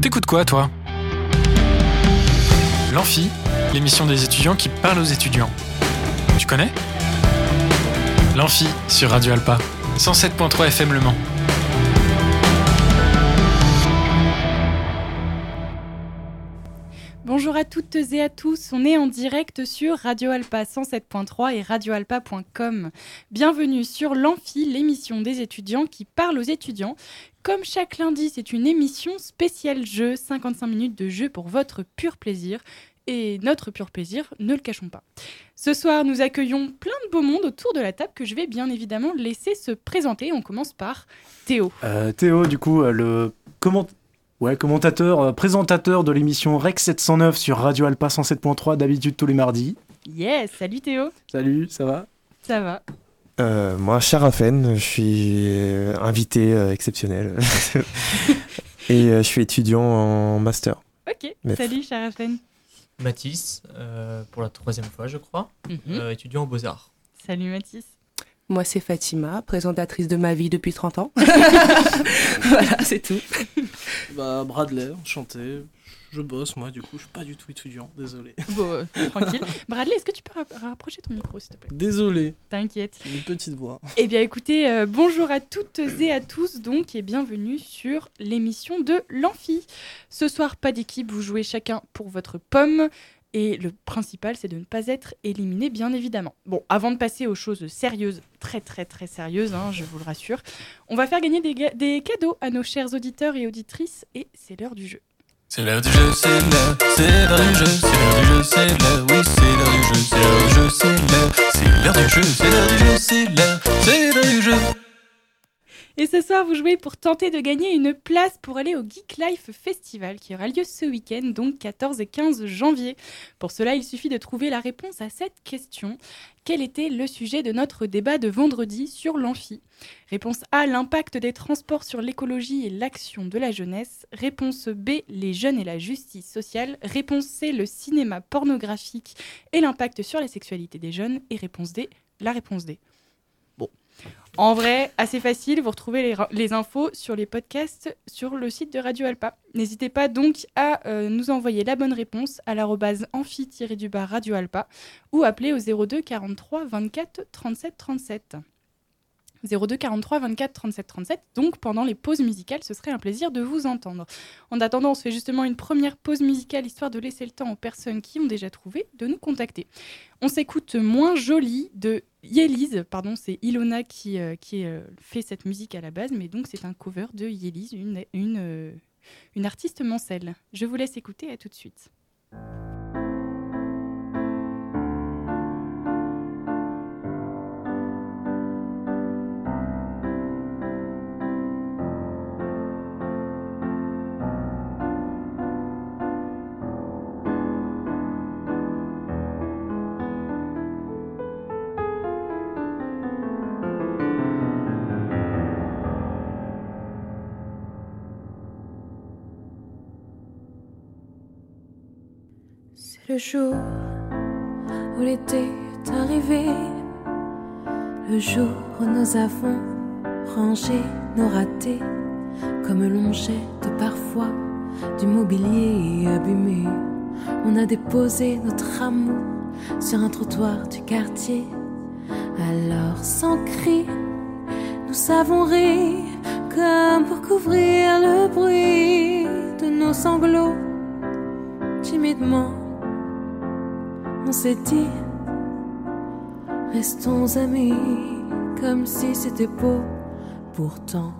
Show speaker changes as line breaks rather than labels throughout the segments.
T'écoutes quoi, toi L'Amphi, l'émission des étudiants qui parle aux étudiants. Tu connais L'Amphi sur Radio Alpa, 107.3 FM Le Mans.
Bonjour à toutes et à tous, on est en direct sur Radio Alpa 107.3 et radioalpa.com. Bienvenue sur l'Amphi, l'émission des étudiants qui parle aux étudiants. Comme chaque lundi, c'est une émission spéciale jeu, 55 minutes de jeu pour votre pur plaisir. Et notre pur plaisir, ne le cachons pas. Ce soir, nous accueillons plein de beaux mondes autour de la table que je vais bien évidemment laisser se présenter. On commence par Théo.
Euh, Théo, du coup, euh, le comment... ouais, commentateur, euh, présentateur de l'émission Rec 709 sur Radio Alpa 107.3, d'habitude tous les mardis.
Yes, salut Théo.
Salut, ça va
Ça va.
Euh, moi, Charafen, je suis euh, invité euh, exceptionnel. Et euh, je suis étudiant en master.
Ok,
Mais-
salut Charafen.
Mathis, euh, pour la troisième fois, je crois,
Hmm.
Mm-hmm.
euh, étudiant aux Beaux-Arts.
Salut Mathis.
Moi, c'est Fatima, présentatrice de ma vie depuis 30 ans. voilà, c'est tout.
Bah, Bradley, enchanté. Je bosse, moi, du coup, je suis pas du tout étudiant, désolé.
Bon, euh, tranquille. Bradley, est-ce que tu peux ra- rapprocher ton micro, s'il te plaît
Désolé,
T'inquiète.
j'ai une petite voix.
Eh bien, écoutez, euh, bonjour à toutes et à tous, donc, et bienvenue sur l'émission de l'Amphi. Ce soir, pas d'équipe, vous jouez chacun pour votre pomme. Et le principal, c'est de ne pas être éliminé, bien évidemment. Bon, avant de passer aux choses sérieuses, très très très sérieuses, hein, je vous le rassure, on va faire gagner des, ga- des cadeaux à nos chers auditeurs et auditrices, et c'est l'heure du jeu.
C'est l'heure du jeu, c'est l'heure, c'est l'heure du jeu, c'est l'heure du jeu, c'est l'heure, oui, c'est l'heure du jeu, c'est l'heure du jeu, c'est l'heure, c'est l'heure du jeu, c'est l'heure du jeu, c'est l'heure, c'est l'heure du jeu.
Et ce soir, vous jouez pour tenter de gagner une place pour aller au Geek Life Festival qui aura lieu ce week-end, donc 14 et 15 janvier. Pour cela, il suffit de trouver la réponse à cette question. Quel était le sujet de notre débat de vendredi sur l'amphi Réponse A, l'impact des transports sur l'écologie et l'action de la jeunesse. Réponse B, les jeunes et la justice sociale. Réponse C, le cinéma pornographique et l'impact sur la sexualité des jeunes. Et réponse D, la réponse D. En vrai, assez facile, vous retrouvez les, les infos sur les podcasts sur le site de Radio Alpa. N'hésitez pas donc à euh, nous envoyer la bonne réponse à l'arrobase amphi-du-bas Radio Alpa ou appeler au 02 43 24 37 37. 02 43 24 37 37. Donc pendant les pauses musicales, ce serait un plaisir de vous entendre. En attendant, on se fait justement une première pause musicale histoire de laisser le temps aux personnes qui ont déjà trouvé de nous contacter. On s'écoute Moins Jolie de Yélise, pardon, c'est Ilona qui, euh, qui euh, fait cette musique à la base, mais donc c'est un cover de Yélise, une, une, euh, une artiste mancelle. Je vous laisse écouter, à tout de suite.
C'est le jour où l'été est arrivé, le jour où nous avons rangé nos ratés, comme l'on jette parfois du mobilier abîmé. On a déposé notre amour sur un trottoir du quartier, alors sans cri, nous avons ri, comme pour couvrir le bruit de nos sanglots, timidement. On s'est dit, restons amis, comme si c'était beau. Pourtant,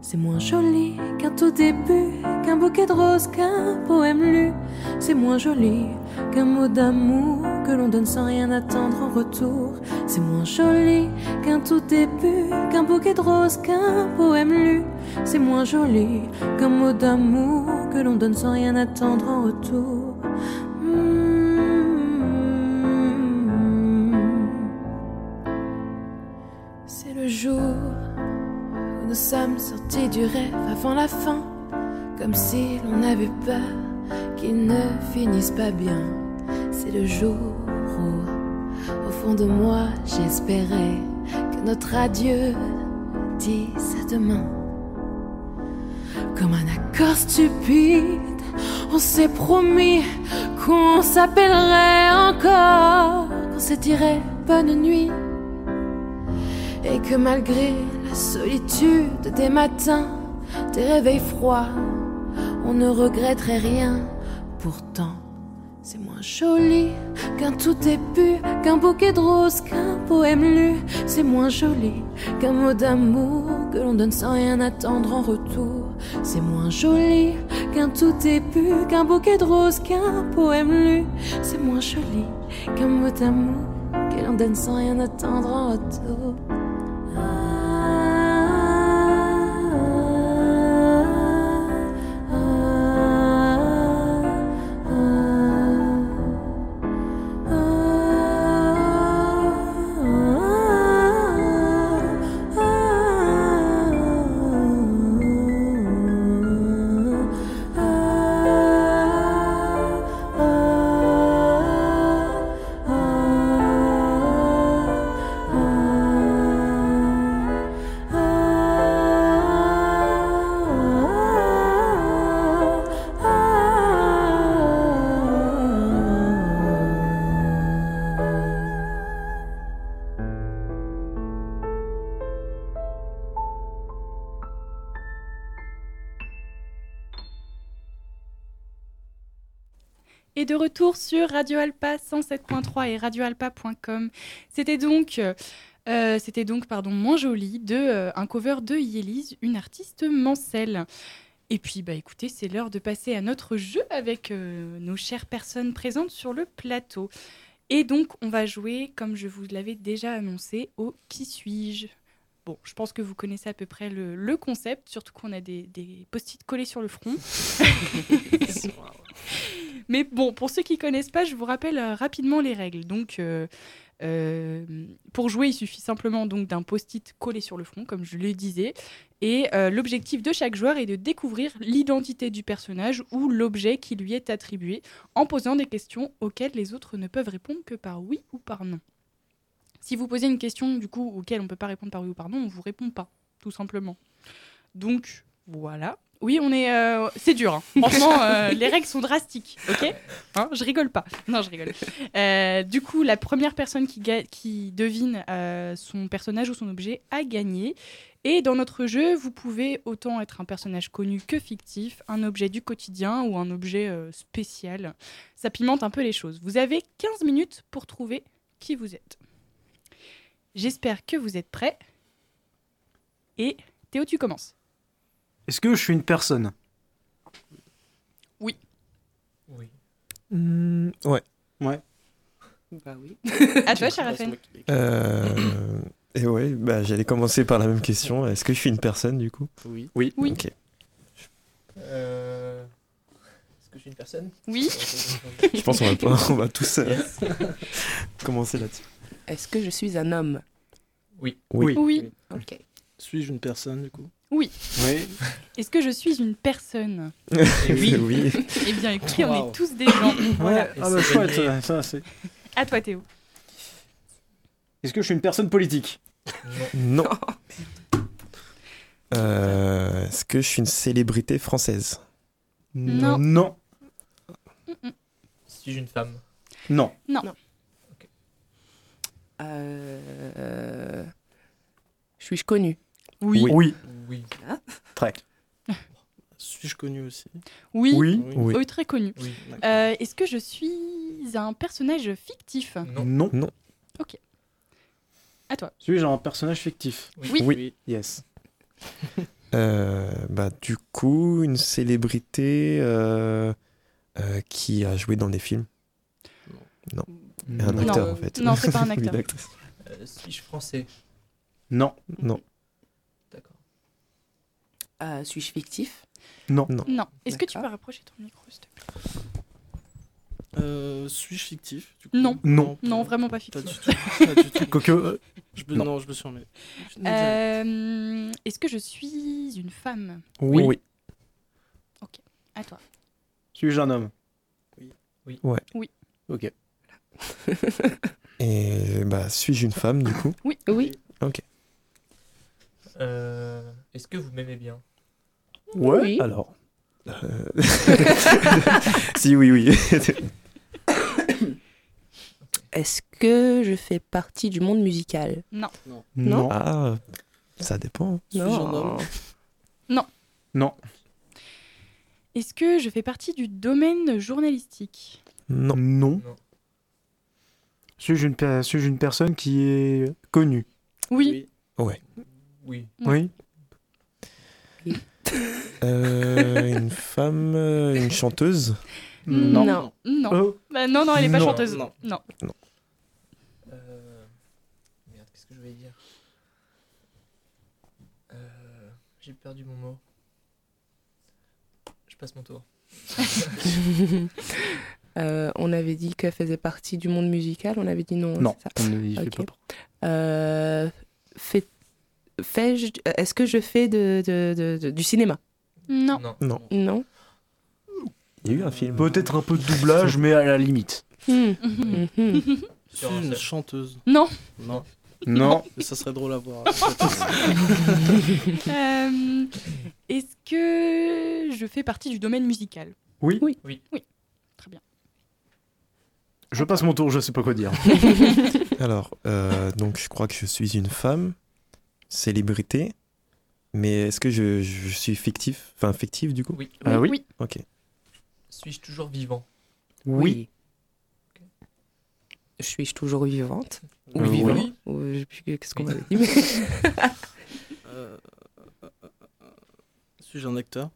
c'est moins joli qu'un tout début, qu'un bouquet de roses, qu'un poème lu. C'est moins joli qu'un mot d'amour que l'on donne sans rien attendre en retour. C'est moins joli qu'un tout début, qu'un bouquet de roses, qu'un poème lu. C'est moins joli qu'un mot d'amour que l'on donne sans rien attendre en retour. Hmm. C'est le jour où nous sommes sortis du rêve avant la fin, comme si l'on avait peur qu'il ne finisse pas bien. C'est le jour où, au fond de moi, j'espérais que notre adieu dise à demain. comme un accord stupide. On s'est promis qu'on s'appellerait encore, qu'on se dirait bonne nuit. Et que malgré la solitude des matins, des réveils froids, on ne regretterait rien. Pourtant, c'est moins joli qu'un tout début, qu'un bouquet de roses, qu'un poème lu. C'est moins joli qu'un mot d'amour que l'on donne sans rien attendre en retour. C'est moins joli qu'un tout début, qu'un bouquet de roses, qu'un poème lu. C'est moins joli qu'un mot d'amour que l'on donne sans rien attendre en retour.
Et de retour sur Radio Alpa 107.3 et radioalpa.com. C'était donc, euh, c'était donc pardon, moins joli de euh, un cover de Yélise, une artiste mancelle. Et puis bah écoutez, c'est l'heure de passer à notre jeu avec euh, nos chères personnes présentes sur le plateau. Et donc on va jouer, comme je vous l'avais déjà annoncé, au qui suis-je. Bon, je pense que vous connaissez à peu près le, le concept, surtout qu'on a des, des post-it collés sur le front. Mais bon, pour ceux qui connaissent pas, je vous rappelle euh, rapidement les règles. Donc, euh, euh, pour jouer, il suffit simplement donc d'un post-it collé sur le front, comme je le disais. Et euh, l'objectif de chaque joueur est de découvrir l'identité du personnage ou l'objet qui lui est attribué en posant des questions auxquelles les autres ne peuvent répondre que par oui ou par non. Si vous posez une question du coup auquel on ne peut pas répondre par oui ou par non, on vous répond pas, tout simplement. Donc voilà. Oui, on est, euh, c'est dur. hein. Franchement, euh, les règles sont drastiques. Ok, Hein, je rigole pas. Non, je rigole. Euh, du coup, la première personne qui, ga- qui devine euh, son personnage ou son objet a gagné. Et dans notre jeu, vous pouvez autant être un personnage connu que fictif, un objet du quotidien ou un objet euh, spécial. Ça pimente un peu les choses. Vous avez 15 minutes pour trouver qui vous êtes. J'espère que vous êtes prêts. Et Théo, tu commences.
Est-ce que je suis une personne
Oui.
Hmm, ouais.
Bah oui.
À Ah, toi, Charafène.
Euh, et ouais, bah, j'allais commencer par la même question. Est-ce que je suis une personne du coup
Oui.
Oui.
Ok.
Euh, Est-ce que je suis une personne
Oui.
Je pense qu'on va, pas- on va tous euh, commencer là-dessus.
Est-ce que je suis un homme
Oui.
Oui.
Ok.
Suis-je une personne du coup
Oui.
Est-ce que je suis une personne
oui.
oui.
Eh bien, écoutez, on
Wow.
est tous des gens. Voilà.
Ah bah
Et c'est
chouette.
gagné.
ouais, ça, c'est-
À toi, Théo.
Est-ce que je suis une personne politique
Non.
Non.
Oh.
Euh, Est-ce que je suis une célébrité française
Non.
Non.
Suis-je une femme
Non.
Euh... Suis-je connu
Oui.
Oui.
Oui.
Très.
Suis-je connu aussi
Oui.
Oui.
Oui.
Oh, très connu.
Oui.
Euh, Est-ce que je suis un personnage fictif
Non.
Non.
Non.
Ok. À toi.
Suis-je un personnage fictif
Oui.
Yes.
Euh, bah, du coup, une célébrité euh, euh, qui a joué dans des films. Un
Non.
acteur, en fait.
Non, c'est pas un
Une
acteur.
actrice.
Euh, Suis-je français
Non.
Non.
D'accord.
Euh, Suis-je fictif
Non.
non. Est-ce que tu peux
D'accord.
rapprocher ton micro, s'il te plaît
Euh, Suis-je fictif du coup
Non.
Non.
Non, vraiment pas
Pas du
fictif.
tout. Pas du tout.
Quoique, euh,
Je me-
Non.
non. je me suis remis. Je n'ai jamais-
Euh, Est-ce que je suis une femme
oui.
Oui.
À toi.
Suis-je un homme
Oui.
Ouais.
Oui.
Ok.
Et bah, suis-je une femme, du coup
Oui.
Oui.
Euh, Est-ce que vous m'aimez bien
Ouais,
Oui.
alors.
Euh, si, oui, oui.
Est-ce que je fais partie du monde musical Non.
ah, ça dépend.
Suis-je un homme
Est-ce que je fais partie du domaine journalistique
Non.
Non.
Non.
Suis-je une, per- suis-je une personne qui est connue
Oui.
Oui.
Oui.
Euh, une femme, euh, une chanteuse.
Non.
Non.
Oh,
Bah non, non, elle est pas
Non,
chanteuse.
non.
non.
Euh, Merde, qu'est-ce que je vais dire Euh, J'ai perdu mon mot. Je passe mon tour.
Euh, on avait dit qu'elle faisait partie du monde musical, on avait dit non. hein,
non.
c'est ça.
On ne dit
Ok.
pas pour-
Euh, fais- fais-je- Est-ce que je fais de, de- de- de- du cinéma
Non.
Non.
Non.
Il y a eu un film.
Euh, Peut-être un peu de doublage, mais à la limite.
Hmm.
Mhm.
Mhm.
Sur
Suis-je
un
une
seul.
chanteuse
Non.
Non.
Non.
Mais ça serait drôle à voir.
Euh, Est-ce que je fais partie du domaine musical
Oui.
Oui.
Oui.
Oui. Très bien.
Je passe mon tour, je sais pas quoi dire.
Alors, euh, donc je crois que je suis une femme, célébrité, mais est-ce que je, je suis fictif Enfin, fictif du coup
Oui.
Euh,
Ah oui.
Ok.
Suis-je toujours vivant
Oui.
Suis-je toujours vivante Ou
Euh,
vivant
oui.
Ou je sais plus qu'est-ce qu'on
Oui.
avait dit. mais-
Euh, euh, euh, euh, Suis-je un acteur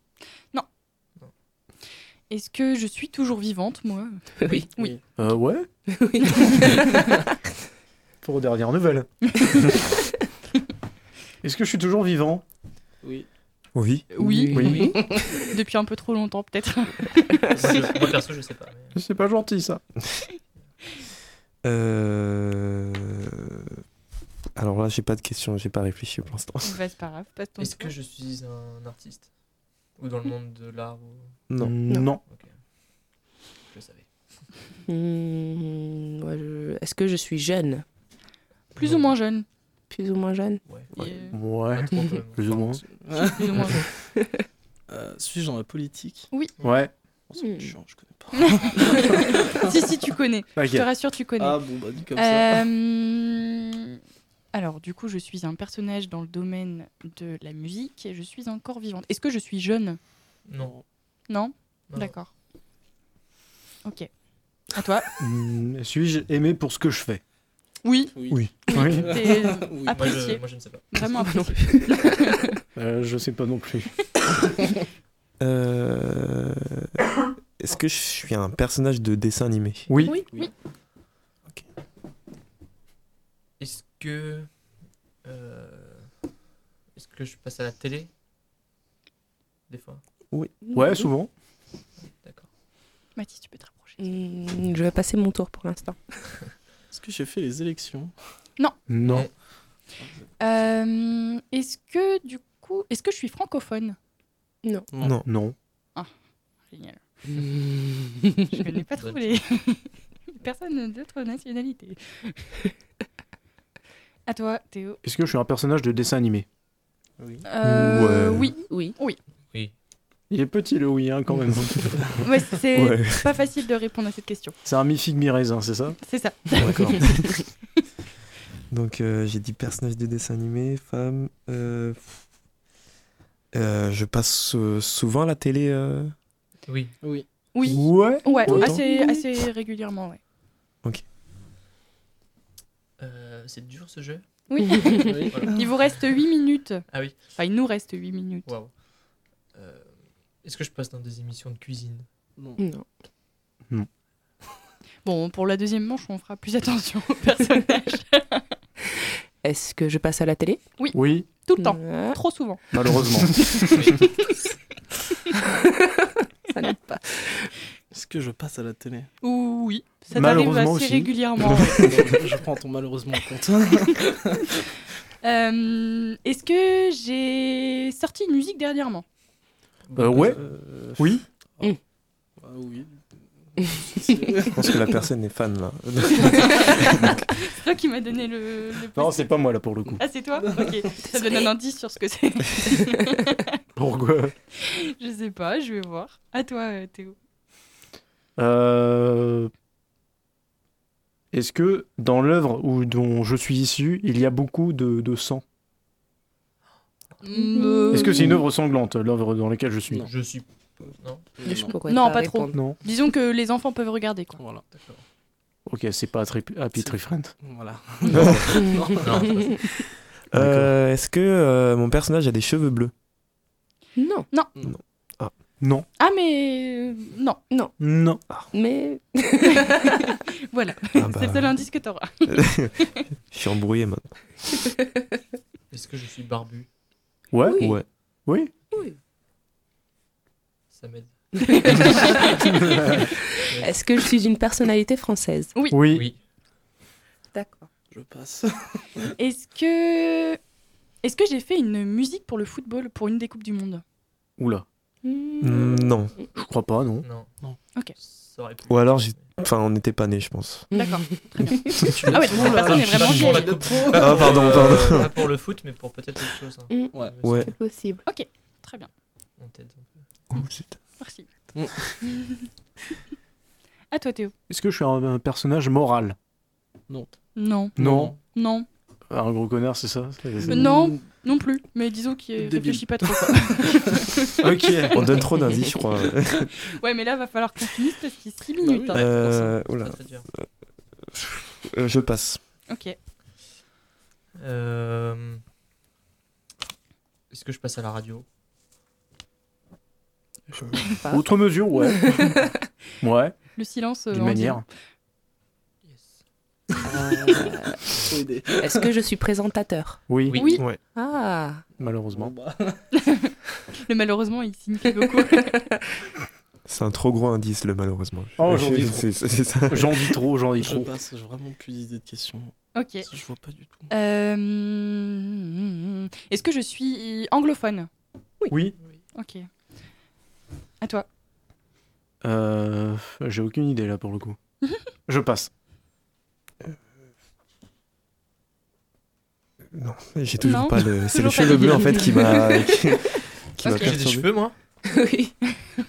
Est-ce que je suis toujours vivante, moi
oui.
Oui.
Euh, ouais.
Oui.
Pour dernière nouvelle. Est-ce que je suis toujours vivant
Oui.
Oui.
Oui.
Oui.
Depuis un peu trop longtemps, peut-être.
Je- Moi perso, je sais pas. mais-
C'est pas gentil ça.
Euh... Alors là, j'ai pas de questions, j'ai pas réfléchi pour l'instant.
Bah, c'est pas grave, passe ton
Est-ce
tour.
que je suis un artiste Ou dans le monde de l'art ou...
Non.
Non.
Ok. Je le savais.
Hmm, ouais, je- Est-ce que je suis jeune
Plus ou moins jeune.
Plus ou moins jeune
Ouais.
Euh,
Ouais.
Pas trop, quand même.
Plus ou moins.
Plus ou moins jeune.
Euh, Suis-je dans la politique
Ouais.
Oh, ça va être
Hmm.
chiant, je connais pas.
si, si, tu connais. Je te
Ok.
rassure, tu connais.
Ah bon, bah dit comme ça.
Euh, Alors, du coup, je suis un personnage dans le domaine de la musique et je suis encore vivante. Est-ce que je suis jeune
Non.
Non
non.
D'accord. Ok. À toi
Hmm, Suis-je aimé pour ce que je fais
Oui.
Oui.
Oui.
T'es
Oui.
Moi je,
apprécié.
moi, je ne sais pas.
Vraiment apprécié.
Euh, je sais pas non plus.
Euh... Est-ce que je suis un personnage de dessin animé
Oui.
Oui,
Oui.
oui.
Est-ce que. euh, Est-ce que je passe à la télé Des fois
Ouais, souvent.
D'accord.
Mathis, tu peux te rapprocher.
Hmm, Je vais passer mon tour pour l'instant.
Est-ce que j'ai fait les élections
Non.
Euh, est-ce que, du coup, est-ce que je suis francophone
Non.
Non.
Génial. Je connais pas trop les personnes d'autres nationalités. À toi, Théo.
Est-ce que je suis un personnage de dessin animé
Euh,
Ouais.
Oui,
Oui.
Oui.
Il est petit le oui hein, quand même.
Ouais, c'est
Ouais.
pas facile de répondre à cette question.
c'est un mi-figue mi-raisin, c'est ça
C'est ça.
D'accord. Donc euh, j'ai dit personnage de dessin animé, femme. euh, euh, je passe euh, souvent à la télé. euh,
Oui.
Oui.
Oui.
Ouais.
Ouais,
Autant.
assez, assez régulièrement, ouais.
Euh, c'est dur ce jeu
Oui.
Oui.
Voilà.
il vous reste 8 minutes.
Ah oui.
Enfin, il nous reste 8 minutes.
Waouh. Euh, Est-ce que je passe dans des émissions de cuisine
Non.
Non.
Bon, pour la deuxième manche, on fera plus attention aux personnages.
Est-ce que je passe à la télé
Oui,
Tout le temps.
Ah,
Trop souvent.
malheureusement.
Ça n'aide pas.
Est-ce que je passe à la télé
Ou oui. Ça t'arrive
Malheureusement
assez
aussi.
régulièrement.
Euh, Je prends ton malheureusement en compte.
Euh, Est-ce que j'ai sorti une musique dernièrement
Euh, ouais.
Euh,
Oui.
Mm.
Ah oui.
Je pense que la personne est fan là.
C'est toi qui m'as donné le. le
Non,
plus.
c'est pas moi là pour le coup.
Ah, c'est toi Ok. Ça donne un indice sur ce que c'est.
Pourquoi
Je sais pas, je vais voir. À toi, euh, Théo.
Euh, Est-ce que dans l'œuvre où- dont je suis issu, il y a beaucoup de, de sang
Euh,
Est-ce que c'est une œuvre sanglante, l'œuvre dans laquelle je suis
Non.
Je suis. Non
Je pourrais
Non, pas trop.
répondre.
Non
Disons que les enfants peuvent regarder, quoi.
Voilà.
Ok, c'est pas Happy- Happy Tree Friend.
Voilà.
Non, c'est pas ça.
Euh, Est-ce que euh, mon personnage a des cheveux bleus
Non,
Non.
Ah, mais. euh, Non,
non,
Non.
mais
voilà.
Ah bah,
C'est le seul indice que t'auras.
Je suis embrouillé maintenant.
Est-ce que je suis barbu
Ouais
Oui.
Ouais.
Oui
Ça m'aide.
est-ce que je suis une personnalité française
Oui.
Oui.
D'accord.
Je passe.
Est-ce que. Est-ce que j'ai fait une musique pour le football, pour une des Coupes du Monde
Oula.
Hmm.
Hmm.
Mm, Non.
Je crois pas, non.
Non.
Non.
Ok.
Ça aurait pu.
Ou alors, j'ai- enfin, on n'était pas nés, je pense.
D'accord. Ah ouais, donc la personne est vraiment hein.
Pour la
vieille.
coupe.
Ah, pardon, pardon.
Euh, Pas pour le foot, mais pour peut-être autre chose. hein.
Mm.
Ouais.
Mais
Ouais.
ça,
C'est possible.
Très bien,
on t'aide un peu.
Oh,
merci. à toi, Théo.
Est-ce que je suis un, un personnage moral
Non.
Non,
Non.
non,
Un gros connard, c'est ça
Euh, non, non plus. Mais disons qu'il
Débile.
réfléchit pas trop. quoi.
Ok.
On donne trop d'indices, je crois.
Ouais, mais là, va falloir qu'on finisse parce qu'il est 6
oui.
minutes. hein.
Euh, oula.
Ça, c'est dur.
Euh, je passe.
Ok.
Euh, Est-ce que je passe à la radio
Pas.
Autre mesure, ouais. ouais,
Le silence. euh,
d'une
en
manière.
Yes.
Faut aider.
Euh, Est-ce que je suis présentateur
Oui,
Oui.
Oui.
Ouais.
Ah,
malheureusement.
Bon, bah,
dit. Mais malheureusement, il signe que beaucoup.
C'est un trop gros indice, le malheureusement.
Oh,
Je-
j'en dis trop.
c'est c'est ça.
J'en dis trop, j'en dis
je
trop.
passe. J'ai vraiment plus d'idées de questions.
ok.
Je vois pas du tout.
Euh, Est-ce que je suis anglophone
Oui.
Ok. À toi.
Euh, J'ai aucune idée là pour le coup. je passe.
Non, j'ai toujours
Non.
pas le. C'est
Toujours
le
pas
cheveu
l'idée.
bleu en fait qui m'a. qui, qui m'a
Ok.
J'ai des
perturbé.
cheveux, moi
oui.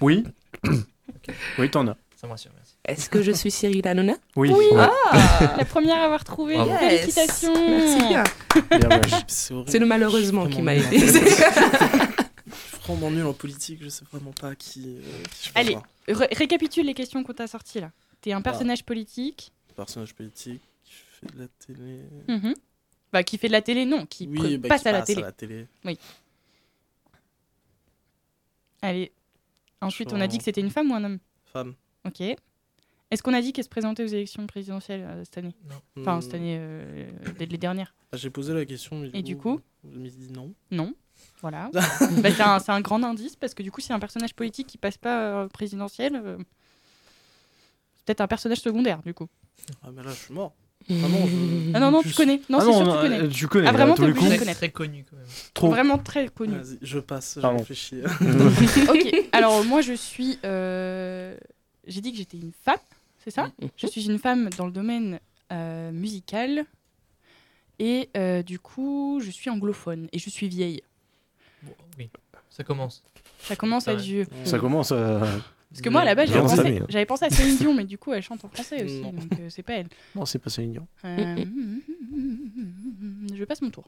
Oui. oui, t'en as.
Ça me rassure, merci.
Est-ce que je suis Cyril Hanouna
Oui.
Oui.
Ouais.
La première à avoir trouvé.
Bravo.
Yes.
Félicitations.
Merci bien.
Bien,
Ah.
ouais.
C'est horrible.
C'est le malheureusement
Je suis
qui m'a
vraiment
aidé.
nul en politique. Je suis vraiment nul en politique. Je sais vraiment pas qui. euh, qui je peux
Allez.
voir.
Re- récapitule les questions qu'on t'a sorties là. T'es
Bah.
un personnage politique
Personnage politique. qui fait de la télé.
Mm-hmm.
Mhm. bah, qui fait de la télé, non, qui pre-
bah,
passe
qui
à la télé.
à la télé.
Allez, ensuite on a
Sûrement.
dit que c'était une femme ou un homme.
Femme.
Ok. Est-ce qu'on a dit qu'elle se présentait aux élections présidentielles euh, cette année Enfin, cette
Hmm.
année, euh, dès les dernières.
Ah, J'ai posé la question, mais
Et du coup
Vous m'avez dit non.
Non. Voilà. Bah, c'est, un, c'est un grand indice parce que du coup, c'est un personnage politique qui passe pas euh, présidentiel. euh, c'est peut-être un personnage secondaire du coup.
Ah, mais là, je suis mort. Vraiment, je...
Ah non, non, tu
je-
connais. Non,
Ah
c'est sûr,
non,
tu connais.
euh, tu connais.
Ah,
là,
vraiment,
tous
t'es
les
obligé
coups.
de connaître.
Très connu, quand même.
Trop.
Vraiment très connu.
Vas-y, je passe, je
Pardon.
réfléchis.
ok, alors moi je suis. euh, J'ai dit que j'étais une femme, c'est ça Je suis une femme dans le domaine euh, musical. Et euh, du coup, je suis anglophone et je suis vieille.
Bon, oui. Ça commence.
Ça commence à être
Ouais.
vieux.
Ça commence euh, à.
Parce que moi, à la base, j'avais
Bien
pensé,
entamé, hein.
j'avais pensé à Céline Dion, mais du coup, elle chante en français aussi,
Non.
donc euh, c'est pas elle.
Non, c'est pas Céline Dion.
Euh, Je passe mon tour.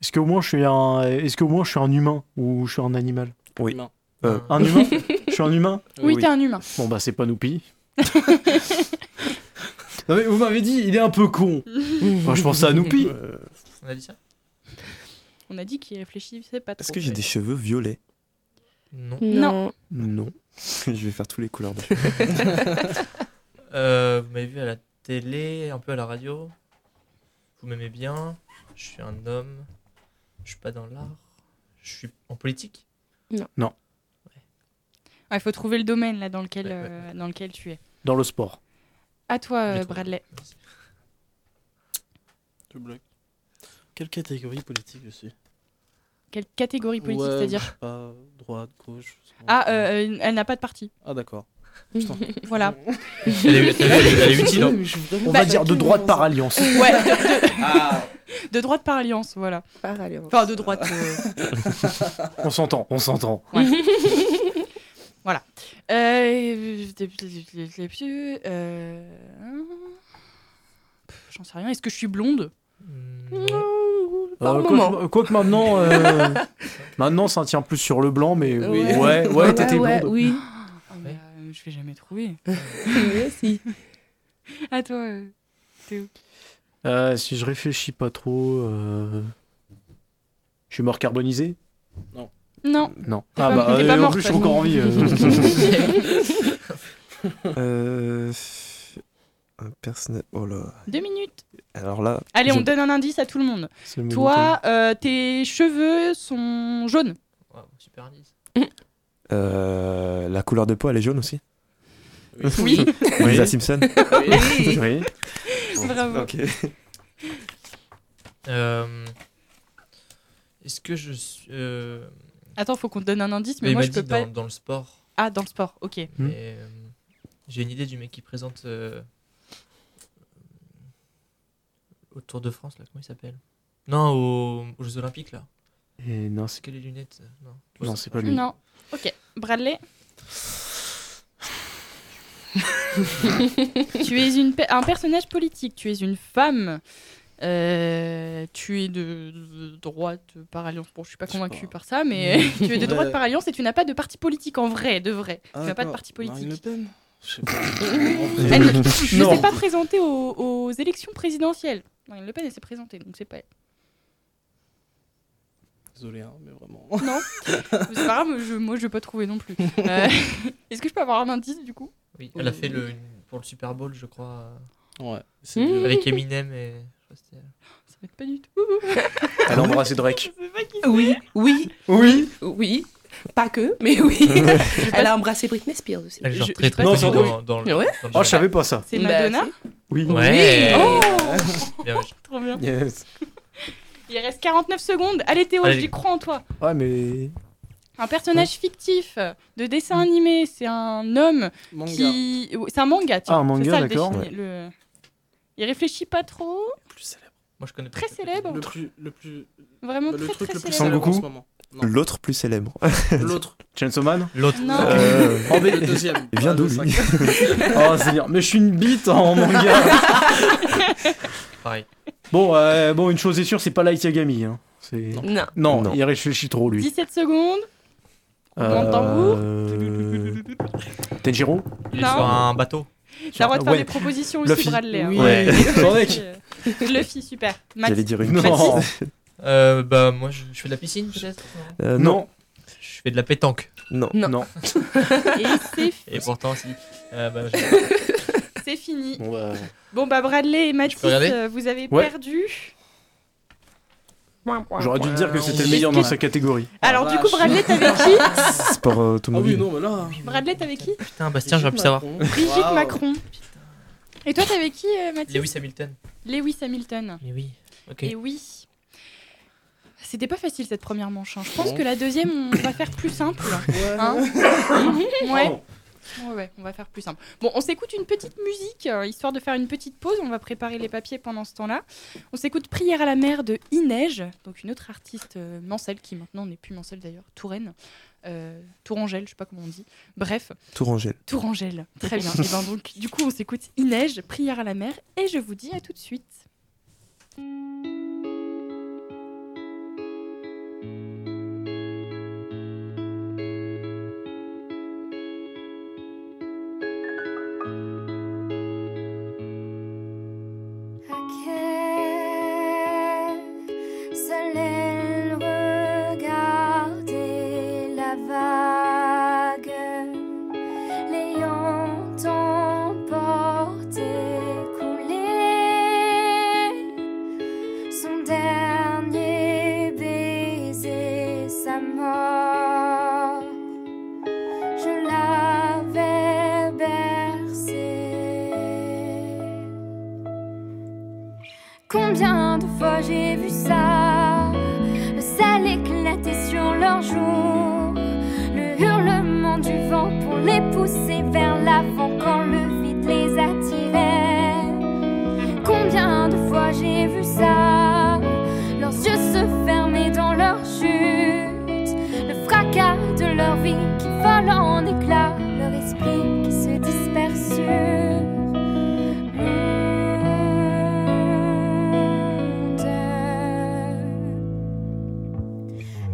Est-ce qu'au moins je suis un. Est-ce qu'au moins je suis un humain ou je suis un animal
Oui.
Humain.
Euh,
Un humain Je suis un humain
Oui,
Oui.
t'es un humain.
Bon bah c'est pas Noupi. non mais vous m'avez dit il est un peu con. Euh, Enfin, je pense à Noupi.
On a dit ça
On a dit qu'il réfléchissait pas trop.
Est-ce que j'ai des cheveux violets
Mm.
Non.
Non.
Non. je vais faire tous les couleurs de
Euh, vous m'avez vu à la télé, un peu à la radio. Vous m'aimez bien. Je suis un homme. Je suis pas dans l'art. Je suis en politique.
Il faut trouver le domaine là dans lequel,
Ouais, ouais,
euh, dans lequel tu es.
Dans le sport.
À toi,
J'ai
euh,
trouvé.
Bradley.
Merci.
Je bloque. Quelle catégorie politique je suis
Quelle catégorie politique,
Ouais,
c'est-à-dire
je sais Pas droite, gauche. centre.
Ah, euh, euh, Ah, elle n'a pas de parti.
Ah, d'accord.
Voilà.
Elle est, elle est- elle est utile. hein.
On
Bah,
va dire de droite par alliance.
Ouais, de, de-
Ah.
de droite par alliance, voilà.
Par alliance.
Enfin, de droite. euh,
On s'entend, on s'entend.
voilà. Euh, euh, pff, J'en sais rien. Est-ce que je suis blonde
Non.
Par
Euh,
moment.
Quoique quoique maintenant, euh, maintenant ça tient plus sur le blanc, mais oui.
Ouais.
ouais, ouais,
Ouais,
t'étais
ouais,
blonde.
Oui,
Ah, mais, euh, Je vais jamais trouver.
oui, si.
À toi. euh.
Euh, si je réfléchis pas trop, euh, je suis mort carbonisé
Non.
Non.
T'es pas- t'es pas
euh, en
morte,
plus je suis
toi.
encore en vie. euh.
Euh, un personnage. Oh là.
Deux minutes.
Alors là.
Allez, on
je-
donne un indice à tout le monde.
c'est le moment
Toi, euh, tes cheveux sont jaunes.
Ouais, super indice.
que- Euh, la couleur de peau, elle est jaune aussi.
Oui.
Lisa Simpson.
oui.
Bravo.
Ok.
Euh, Est-ce que je suis. euh,
Attends, faut qu'on te donne un indice, mais,
mais il
moi
m'a
je
dit
peux pas.
dans, dans le sport.
Ah, dans le sport, ok.
Hmm.
mais, euh, J'ai une idée du mec qui présente. euh, Au Tour de France, là, comment il s'appelle Non, au- aux Jeux Olympiques, là.
Et non, c'est-
C'est que les lunettes euh, Non,
non, c'est pas lui.
Non. Ok. Bradley. tu es une pe- un personnage politique, tu es une femme. Euh, tu es de, de droite par alliance. Bon, je suis pas
Je sais
convaincue
pas.
par ça, mais tu es de droite
Ouais.
par alliance et tu n'as pas de parti politique en vrai, de vrai. tu n'as pas de parti
Ah, Marine Le
politique.
Pen Je sais pas.
Elle ne ne
Non.
s'est pas présentée aux, aux élections présidentielles. Marine Le Pen, elle s'est présentée, donc c'est pas elle.
Désolé, hein, mais vraiment.
Non, c'est pas grave, je- moi je vais pas trouver non plus. Euh, Est-ce que je peux avoir un indice du coup
Oui, elle a fait le, pour le Super Bowl, je crois,
Ouais. C'est
Hmm.
euh,
le-
avec Eminem et. je crois que c'était elle.
Ça m'aide pas du tout.
Elle a embrassé Drake.
Je sais pas qui
Oui, oui,
Oui.
oui. Pas que, mais oui. Elle a embrassé Britney Spears aussi.
Elle est genre
je-
très
je
très
pense
connue
que-
dans, dans le.
Ouais.
dans le
Oh,
genre.
je savais pas ça.
C'est
Bah,
Madonna
Oui.
Ouais.
Oh.
Bien, ouais,
Trop bien.
Yes.
Il reste 49 secondes. Allez Théo,
Allez.
j'y crois en toi.
Ouais, mais
Un personnage fictif de dessin animé, c'est un homme
Manga.
qui... C'est un manga, tiens.
Ah, un manga,
C'est ça, le
d'accord.
défini- le- Il réfléchit pas trop,
Plus célèbre.
Moi je connais pas.
très célèbre,
Le plus. Le, plus,
vraiment
bah, le
très
truc
très
le plus
célèbre.
célèbre en
Sangoku
ce moment. Non.
L'autre plus célèbre.
L'autre.
Chainsaw Man.
L'autre.
Non.
Euh,
Oh, mais-
Le deuxième.
Il vient
Ah,
d'où
le
lui
cinquième.
oh, c'est bien. Mais je suis une bite hein, en manga.
Pareil.
bon, euh, bon, une chose est sûre, c'est pas Light Yagami. Hein. C'est
Non.
non,
Non.
il réfléchit trop lui.
17 secondes. Roulement de tambour.
Euh, Tenjiro
Il est
Non.
sur un bateau.
T'as le droit de faire
ouais.
des propositions
Luffy.
aussi, Bradley. hein.
Oui.
Ouais. Attends, mec.
Euh, Luffy, super. Max,
J'allais dire une.
Non.
Euh, bah moi je, je fais de la piscine peut-être.
Euh, non.
Non.
Je fais de la pétanque.
Non.
Non.
Non.
et c'est
Et pourtant si. Euh, bah, je-
c'est fini.
Bon, bah,
Bon bah Bradley et Mathis,
regarder
euh, vous avez
Ouais.
perdu.
J'aurais dû te dire que c'était le
on-
meilleur dans sa catégorie.
Alors
Ah,
du coup
vache.
Bradley t'avais qui
Sport
euh,
Ah oui,
automobile.
non, mais là.
Bradley t'avais qui
Putain Bastien j'aurais pu savoir.
Brigitte
Waouh.
Macron. Et toi t'avais qui euh, Mathis
Lewis Hamilton.
Lewis Hamilton.
Mais oui. Ok.
Et oui. C'était pas facile cette première manche. hein. Je pense
Non.
que la deuxième on va faire plus simple.
Ouais.
hein. ouais. ouais. Ouais, on va faire plus simple. Bon, on s'écoute une petite musique, euh, histoire de faire une petite pause. On va préparer les papiers pendant ce temps-là. On s'écoute Prière à la mer de Inej, donc une autre artiste euh, mancelle, qui maintenant n'est plus mancelle d'ailleurs, Touraine. Euh, Tourangelle, je sais pas comment on dit. Bref,
Tourangelle.
Tourangelle. Très bien. Et ben donc, du coup, on s'écoute Inej, Prière à la mer, et je vous dis à tout de suite.
Aquel soleil regarder la vague, l'ayant emporté couler son dernier baiser, sa mort, je l'avais bercé. Combien de fois j'ai vu ça Le sel éclater sur leurs joues Le hurlement du vent pour les pousser vers la
plafond quand le vide les attirait. Combien de fois j'ai vu ça, leurs yeux se fermer dans leur chute, le fracas de leur vie qui vole en éclats, leur esprit qui se disperse. sur l'onde.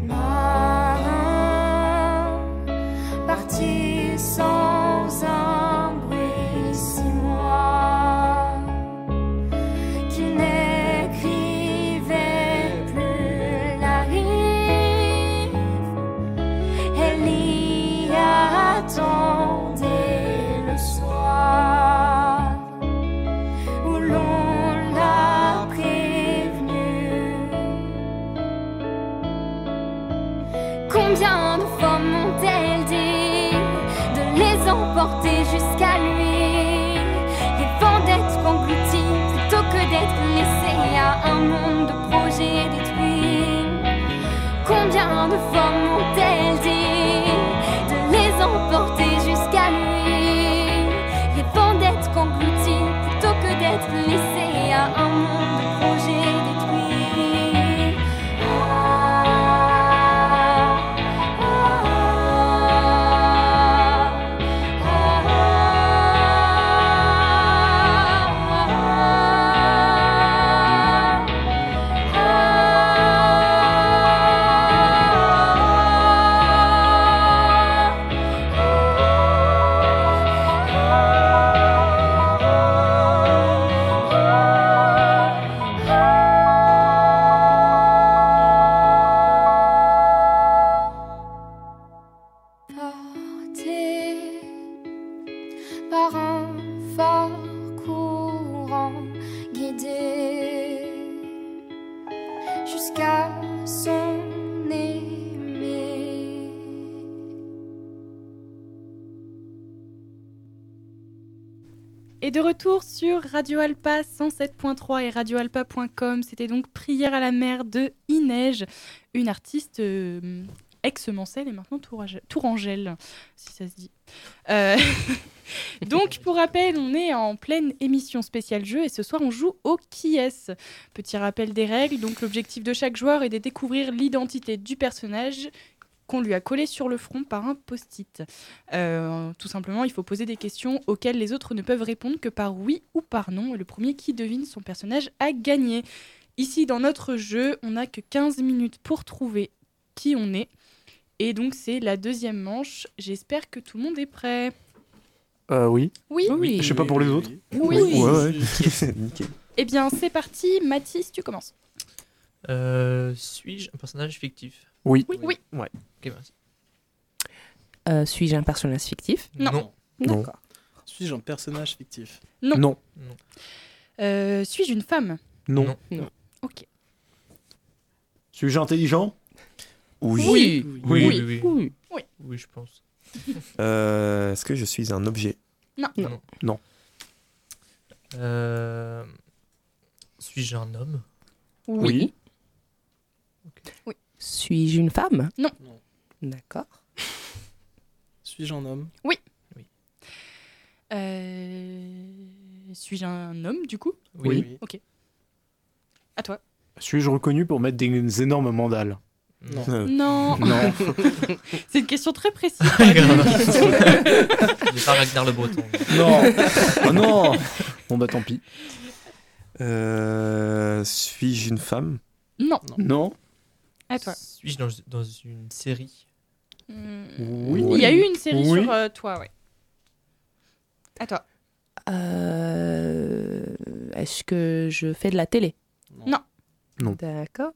Marin, parti sans un bruit, six mois qu'il n'écrivait plus la rive. Elle y attendait le soir où l'on l'a prévenue. Combien de fois m'ont-elles dit de les emporter jusqu'à lui Les vendettes qu'engloutit plutôt que d'être laissées à un monde de projets détruits. Combien de fois m'ont-elles dit de les emporter jusqu'à lui Les vendettes qu'engloutit plutôt que d'être laissées à un monde de projets détruits. Ah. porté par un fort courant guidé jusqu'à son aimé.
Et de retour sur Radio Alpa 107.3 et radioalpa.com, c'était donc Prière à la mer de Inej, une artiste euh, ex-Mancelle et maintenant Tourage- Tourangelle, si ça se dit. Euh, donc, pour rappel, on est en pleine émission spéciale jeu et ce soir on joue au qui est Petit rappel des règles, donc l'objectif de chaque joueur est de découvrir l'identité du personnage qu'on lui a collé sur le front par un post-it. Euh, tout simplement, il faut poser des questions auxquelles les autres ne peuvent répondre que par oui ou par non. Et le premier qui devine son personnage a gagné. Ici, dans notre jeu, on n'a que 15 minutes pour trouver qui on est. Et donc, c'est la deuxième manche. J'espère que tout le monde est prêt.
Euh, oui.
Oui. Oui.
Je sais pas pour les autres.
Oui.
Ouais, ouais. Nickel.
Eh bien, c'est parti. Mathis, tu commences.
Euh, Suis-je un personnage fictif
Oui.
Oui. Oui.
Ouais. Ok, bah, merci.
Euh, Suis-je un personnage fictif
Non.
Non.
D'accord.
Suis-je un personnage fictif
Non.
Non.
Euh, Suis-je une femme
Non.
Non.
Ok.
Suis-je intelligent
Oui.
Oui.
Oui,
Oui.
oui, oui.
Oui.
Oui, je pense.
Euh, Est-ce que je suis un objet
Non.
Euh, Suis-je un homme
Oui.
Suis-je une femme
Non.
Non.
D'accord.
Suis-je un homme
Euh, Suis-je un homme, du coup À toi.
Suis-je reconnu pour mettre des énormes mandales
Non.
Euh,
Non.
Non.
c'est une question très précise.
Il est pas Ragnar le Breton.
non. Oh non. Bon bah tant pis.
euh, Suis-je une femme
non.
Non.
À toi.
Suis-je dans, dans une série
Hmm,
Oui.
Il y a eu une série
Oui.
sur euh, toi, ouais. À toi.
Euh, Est-ce que je fais de la télé
Non.
Non.
D'accord.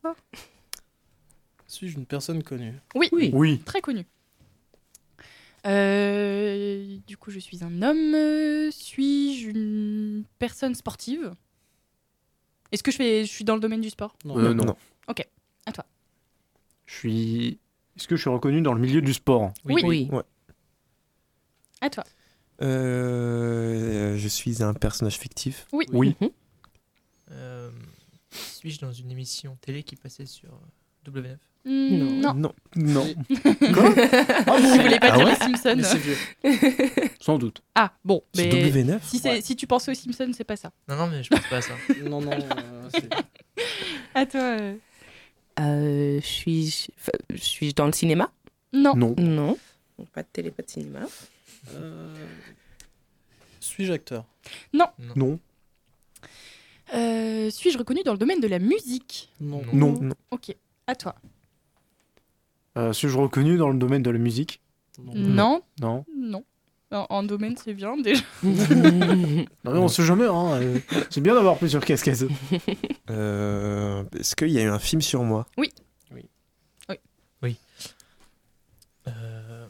Suis-je une personne connue
Oui.
Oui.
Oui.
Très connu. Euh, du coup, je suis un homme. euh, Suis-je une personne sportive Est-ce que je, fais, je suis dans le domaine du sport
Euh, non.
Non.
Ok. À toi.
Je suis. Est-ce que je suis reconnu dans le milieu du sport
Oui.
Oui.
À toi.
Euh, je suis un personnage fictif.
Oui.
Oui.
Mhm.
Euh, Suis-je dans une émission télé qui passait sur W9
Hmm, Non.
Non. Non.
Quoi Vous voulez pas
Ah
dire
ouais
les Simpsons
Mais c'est
vieux.
Sans doute.
Ah bon,
C'est
mais
W9?
si, c'est- si tu pensais aux Simpsons, c'est pas ça.
Non, non, mais je pense pas à ça.
non, euh, non.
à toi. euh,
Euh, suis-je enfin, suis-je dans le cinéma
Non.
Non.
Non. Pas de télé, pas de cinéma.
euh, Suis-je acteur
Non.
Non.
Euh, Suis-je reconnu dans le domaine de la musique
Non.
Non. Non.
Ok, à toi.
Euh, Suis-je reconnu dans le domaine de la musique
Non.
Non.
Non. En, en domaine, c'est bien déjà.
Non, mais on sait jamais, hein. euh, C'est bien d'avoir plusieurs casquettes.
Euh, Est-ce qu'il y a eu un film sur moi
Oui.
Euh,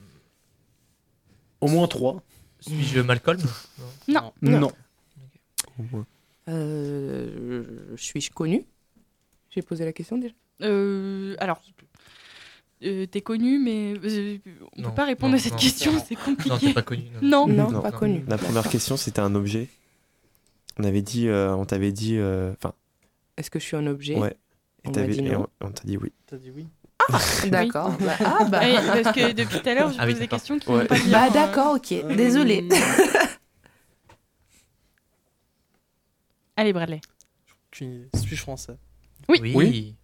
Au moins trois.
Suis-je Malcolm
Non.
Non.
Euh, suis-je connu J'ai posé la question déjà.
Euh, alors, euh, t'es connu, mais euh, on
Non,
peut pas répondre
non,
à cette
non.
question, c'est compliqué.
Non, t'es pas connu.
Non.
Non, pas connu.
La première question, c'était un objet. On avait dit, euh, on t'avait dit, euh, enfin,
Est-ce que je suis un objet
ouais. Et
On
t'avais-
m'a dit
et
non.
on on t'a dit oui.
T'as dit oui
D'accord. Bah, ah bah.
Eh, parce que depuis tout à l'heure, je
Ah oui,
pose des
d'accord.
questions qui
Ouais.
n'ont pas de lien,
Bah
euh.
d'accord, ok. Désolée.
Allez, Bradley.
Aucune idée. Suis-je français
Oui.
Oui.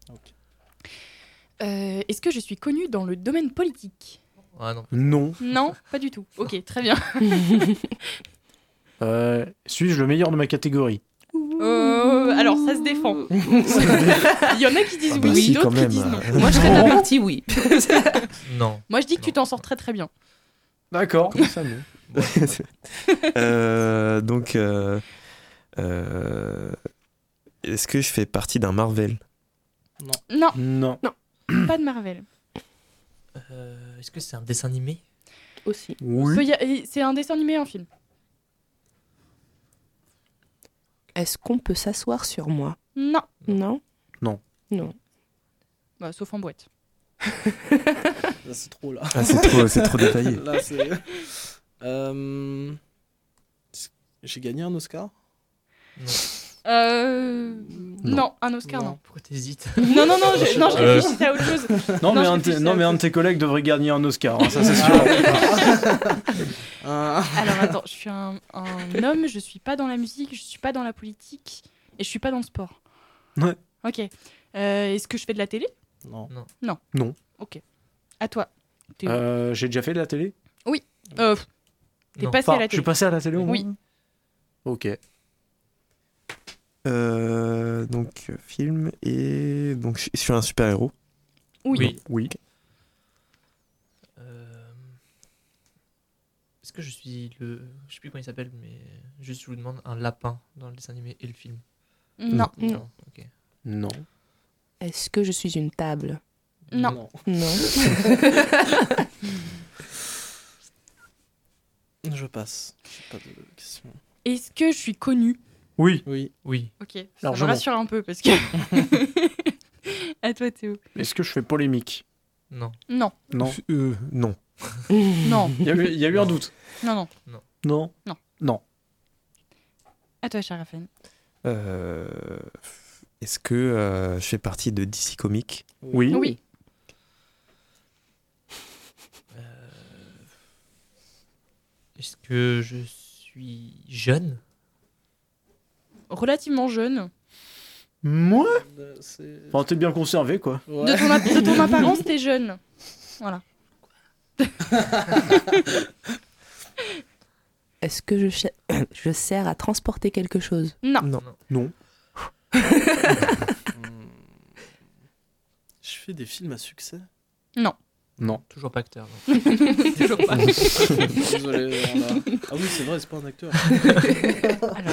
Euh, Est-ce que je suis connu dans le domaine politique
Ah non.
Non.
Non, pas du tout. Ok, très bien.
Euh, Suis-je le meilleur de ma catégorie
Euh, alors, ça se défend. Il y en a qui disent
Ah bah
oui,
si, quand
d'autres qui
même.
disent non.
Moi je serais de la partie oui.
Non.
Moi, je dis que tu t'en sors très très bien.
D'accord.
Euh, donc, euh, euh, est-ce que je fais partie d'un Marvel
Non,
Non. Hmm.
pas de Marvel.
Euh, Est-ce que c'est un dessin animé
Aussi.
Oui.
Peut y a- et C'est un dessin animé, un film.
Est-ce qu'on peut s'asseoir sur moi
Non,
Non.
Non.
Non.
Bah, sauf en boîte.
Là, c'est trop là.
Ah, c'est trop, c'est trop détaillé.
Là, c'est. Euh, J'ai gagné un Oscar
Euh... Non. un Oscar, non.
Non.
Pourquoi t'hésites
Non, non, non, je, non, je
Euh.
réfléchissais à autre chose.
Non, mais,
je
un de tes-
réfléchissais
non,
à
mais un de
autre
tes collègues devrait gagner un Oscar, hein, ça c'est sûr.
Ah.
chose. Alors, attends, je suis un, un homme, je suis pas dans la musique, je suis pas dans la politique, et je suis pas dans le sport.
Ouais.
Ok. Euh, Est-ce que je fais de la télé
Non.
À toi. T'es
Euh, J'ai déjà fait de la télé
euh, pff, t'es
Non.
passé
Enfin,
à la
Je
télé.
suis passé à la télé au moins
Oui.
Ok.
Euh, donc, euh, film et. Donc, je je suis un super-héros.
Oui.
Oui.
Oui.
Euh, Est-ce que je suis le. Je sais plus comment il s'appelle, mais juste je vous demande un lapin dans le dessin animé et le film.
Non.
Non.
Ok.
Non.
Est-ce que je suis une table
Non.
Non.
Je passe. J'ai pas de questions.
Est-ce que je suis connu
Oui.
Oui.
Oui.
Ok. Ça me
Largement.
rassure un peu parce que. à toi, Théo.
Est-ce que je fais polémique
Non.
Non.
Non.
Euh, non.
Non.
Il y a eu, il y a eu un doute.
Non, non.
Non.
Non.
Non.
À toi, Sharafen.
Euh, est-ce que euh, je fais partie de DC Comics
Oui.
Oui.
Est-ce que je suis jeune
Relativement jeune.
Moi
Euh, c'est-
Enfin, t'es bien conservé quoi.
Ouais.
De, ton, ap- de ton apparence, t'es jeune. Voilà.
Est-ce que je, cher- je sers à transporter quelque chose
Non.
Non.
Non.
Hmm. Je fais des films à succès.
Non.
Toujours pas acteur. non. Toujours pas.
Désolé. on a- Ah oui, c'est vrai, c'est pas un acteur.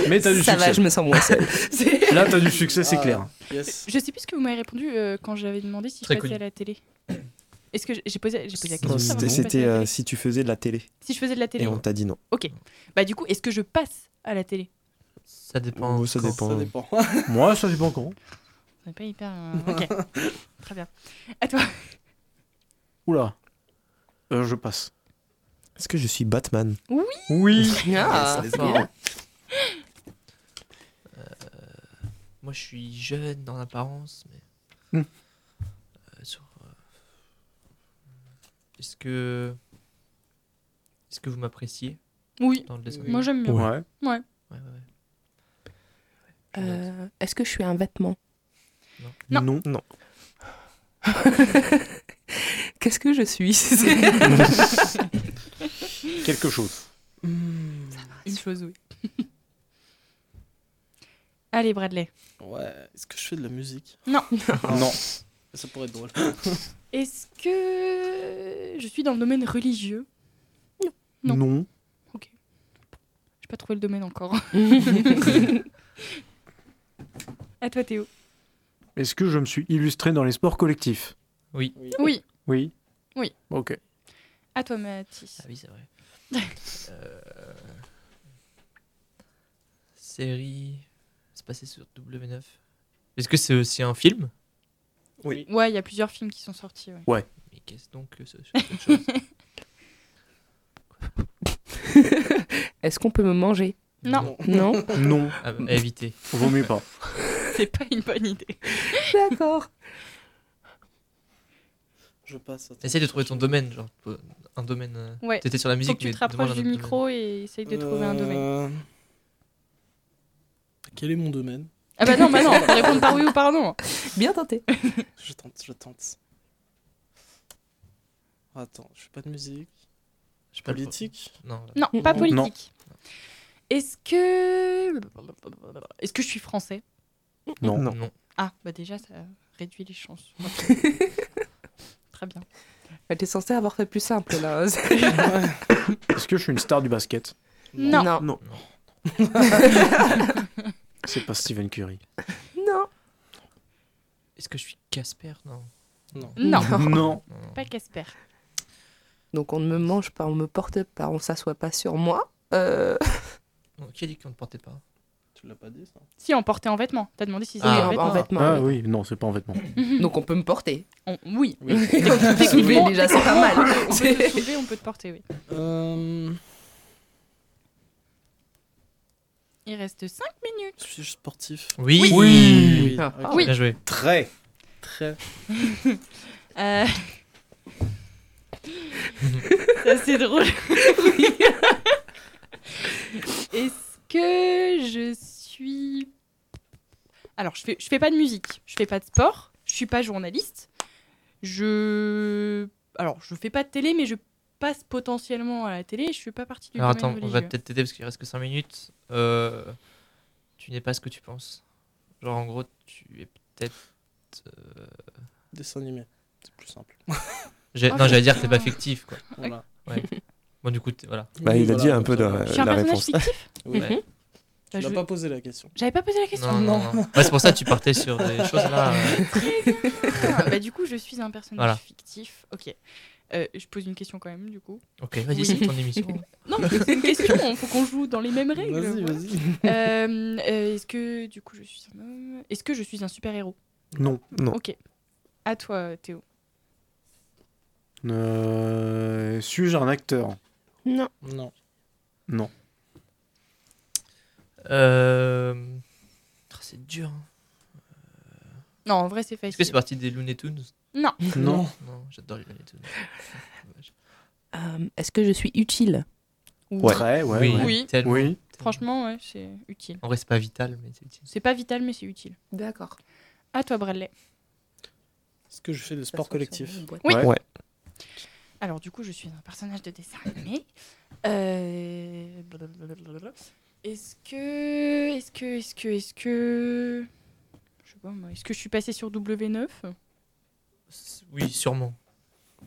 Mais t'as du
Ça va,
succès.
je me sens moins seule. C'est-
Là, t'as du succès, c'est
Ah.
clair.
Yes.
Je sais plus ce que vous m'avez répondu euh, quand j'avais demandé si je
Très
passais
connu.
à la télé. Est-ce que j'ai j'ai posé, j'ai posé la question
Non,
de savoir
C'était,
si je passais
c'était,
à la
euh,
télé.
si tu faisais de la télé.
si je faisais de la télé.
Et on t'a dit non.
Bah du coup, est-ce que je passe à la télé
Ça dépend.
Oh, ça
quand.
dépend.
Ça dépend.
Moi, ça dépend quand.
On n'est pas hyper. euh, Ok. Très bien. À toi.
Oula. Euh, je passe.
Est-ce que je suis Batman
Oui.
Ah.
Euh, Moi, je suis jeune dans l'apparence, mais.
Hmm.
Euh, sur Est-ce que. Est-ce que vous m'appréciez
Oui.
Dans le dessin
Moi, j'aime bien. Ouais. Ouais.
Ouais, ouais, ouais.
Euh, Est-ce que je suis un vêtement
Non.
Non. non.
Qu'est-ce que je suis
Quelque chose.
Hmm,
Une chose, oui. Allez, Bradley.
Ouais, est-ce que je fais de la musique
Non.
Non.
Ah, Ça pourrait être drôle.
Est-ce que je suis dans le domaine religieux Non. J'ai pas trouvé le domaine encore. à toi, Théo.
Est-ce que je me suis illustré dans les sports collectifs
Oui.
Oui.
Oui.
Oui.
Ok.
À toi, Mathis.
Ah oui, c'est vrai. Euh, Série. C'est passé sur W9. Est-ce que c'est aussi un film
Oui.
Ouais, il y a plusieurs films qui sont sortis. Ouais.
Ouais.
Mais qu'est-ce donc que ce cette chose
Est-ce qu'on peut me manger
Non,
Non
Non.
Ah, bah, à éviter.
Vaut mieux pas.
c'est pas une bonne idée.
D'accord.
Je passe. attends.
Essaye de trouver ton domaine, genre euh, un domaine. euh,
Ouais.
T'étais sur la
Faut
musique.
que tu
mais
te
demande un
rapproches du
autre domaine.
micro et essaye de trouver un domaine.
Euh, Quel est mon domaine
Ah bah non, bah non, faut répondre par oui ou par non.
Bien tenté.
Je tente, je tente. Attends, je fais pas de musique.
Je sais pas le-
Politique
Non.
Non, pas
Non.
politique. Est-ce que. Est-ce que je suis français
Non.
Non.
Ah, bah déjà, ça réduit les chances. Très bien.
Elle était censée avoir fait plus simple là.
Est-ce que je suis une star du basket
Non.
Non. C'est pas Stephen Curry.
Non.
Est-ce que je suis Casper Non.
Non.
Non,
Non.
Non, non.
pas Casper.
Donc on ne me mange pas, on me porte pas, on s'assoit pas sur moi. Euh,
Non, Qui a dit qu'on ne portait pas
Tu l'as pas dit ça
Si, en portait en vêtements. T'as demandé si c'était
Ah,
en
oui, en,
vêtements.
en vêtements.
Ah
oui.
oui, non, c'est pas en vêtements.
Donc on peut me porter.
On- Oui.
Soulever déjà, Ah, c'est pas mal.
On peut te soulever, on peut te porter, oui.
Euh.
Il reste 5 minutes.
Je suis sportif.
Oui.
Oui.
Ah.
ok.
Oui.
Bien joué.
Très.
Très.
Euh... Ça, c'est drôle. Est-ce que je suis. Alors, je fais, je fais pas de musique, je fais pas de sport, je suis pas journaliste. Je. Alors, je fais pas de télé, mais je passe potentiellement à la télé, je suis pas partie du
Alors attends,
domaine
on va
religieux.
peut-être t'aider parce qu'il reste que 5 minutes. Euh, tu n'es pas ce que tu penses. Genre en gros, tu es peut-être. euh,
Dessin animé. C'est plus simple.
j'ai-
Oh,
non, j'allais dire
putain.
t'es pas fictif quoi.
Voilà.
Bon, du coup, t'es- voilà.
Bah, il a dit un peu de
Je suis un
la
personnage
réponse.
fictif
Oui.
Ouais.
Tu
Bah,
n'as
je-
pas posé la question.
J'avais pas posé la question.
Non, non, non. Ouais, c'est pour ça que tu partais sur des choses là. euh,
Ah, bah, du coup, je suis un personnage
Voilà.
fictif. Ok. Euh, je pose une question quand même, du coup.
Ok, vas-y,
Oui.
c'est ton émission.
Non, mais c'est une question, il faut qu'on joue dans les mêmes règles.
Vas-y,
voilà.
vas-y.
Euh, euh, Est-ce que, du coup, je suis un homme Est-ce que je suis un super-héros
Non. Non.
Ok. À toi, Théo.
Euh, Suis-je un acteur
Non.
Non.
Non.
Euh... oh, C'est dur. hein.
Non, en vrai, c'est
Est-ce que
facile.
c'est parti des Looney Tunes
Non.
Non.
Non, j'adore les Looney Tunes. Dommage.
Euh, Est-ce que je suis utile
Ouais.
Très, ouais.
oui,
ouais.
Oui.
tellement,
Oui.
tellement.
Franchement, ouais, c'est utile.
En vrai, c'est pas vital, mais c'est utile.
C'est pas vital, mais c'est utile.
D'accord.
À toi, Bradley.
Est-ce que je fais des sports collectifs
Oui.
Ouais.
Alors, du coup, je suis un personnage de dessin animé. Euh, blablabla. Est-ce que. Est-ce que. Est-ce que. Est-ce que. Je sais pas, moi. Est-ce que je suis passé sur W9
C'est- Oui, sûrement.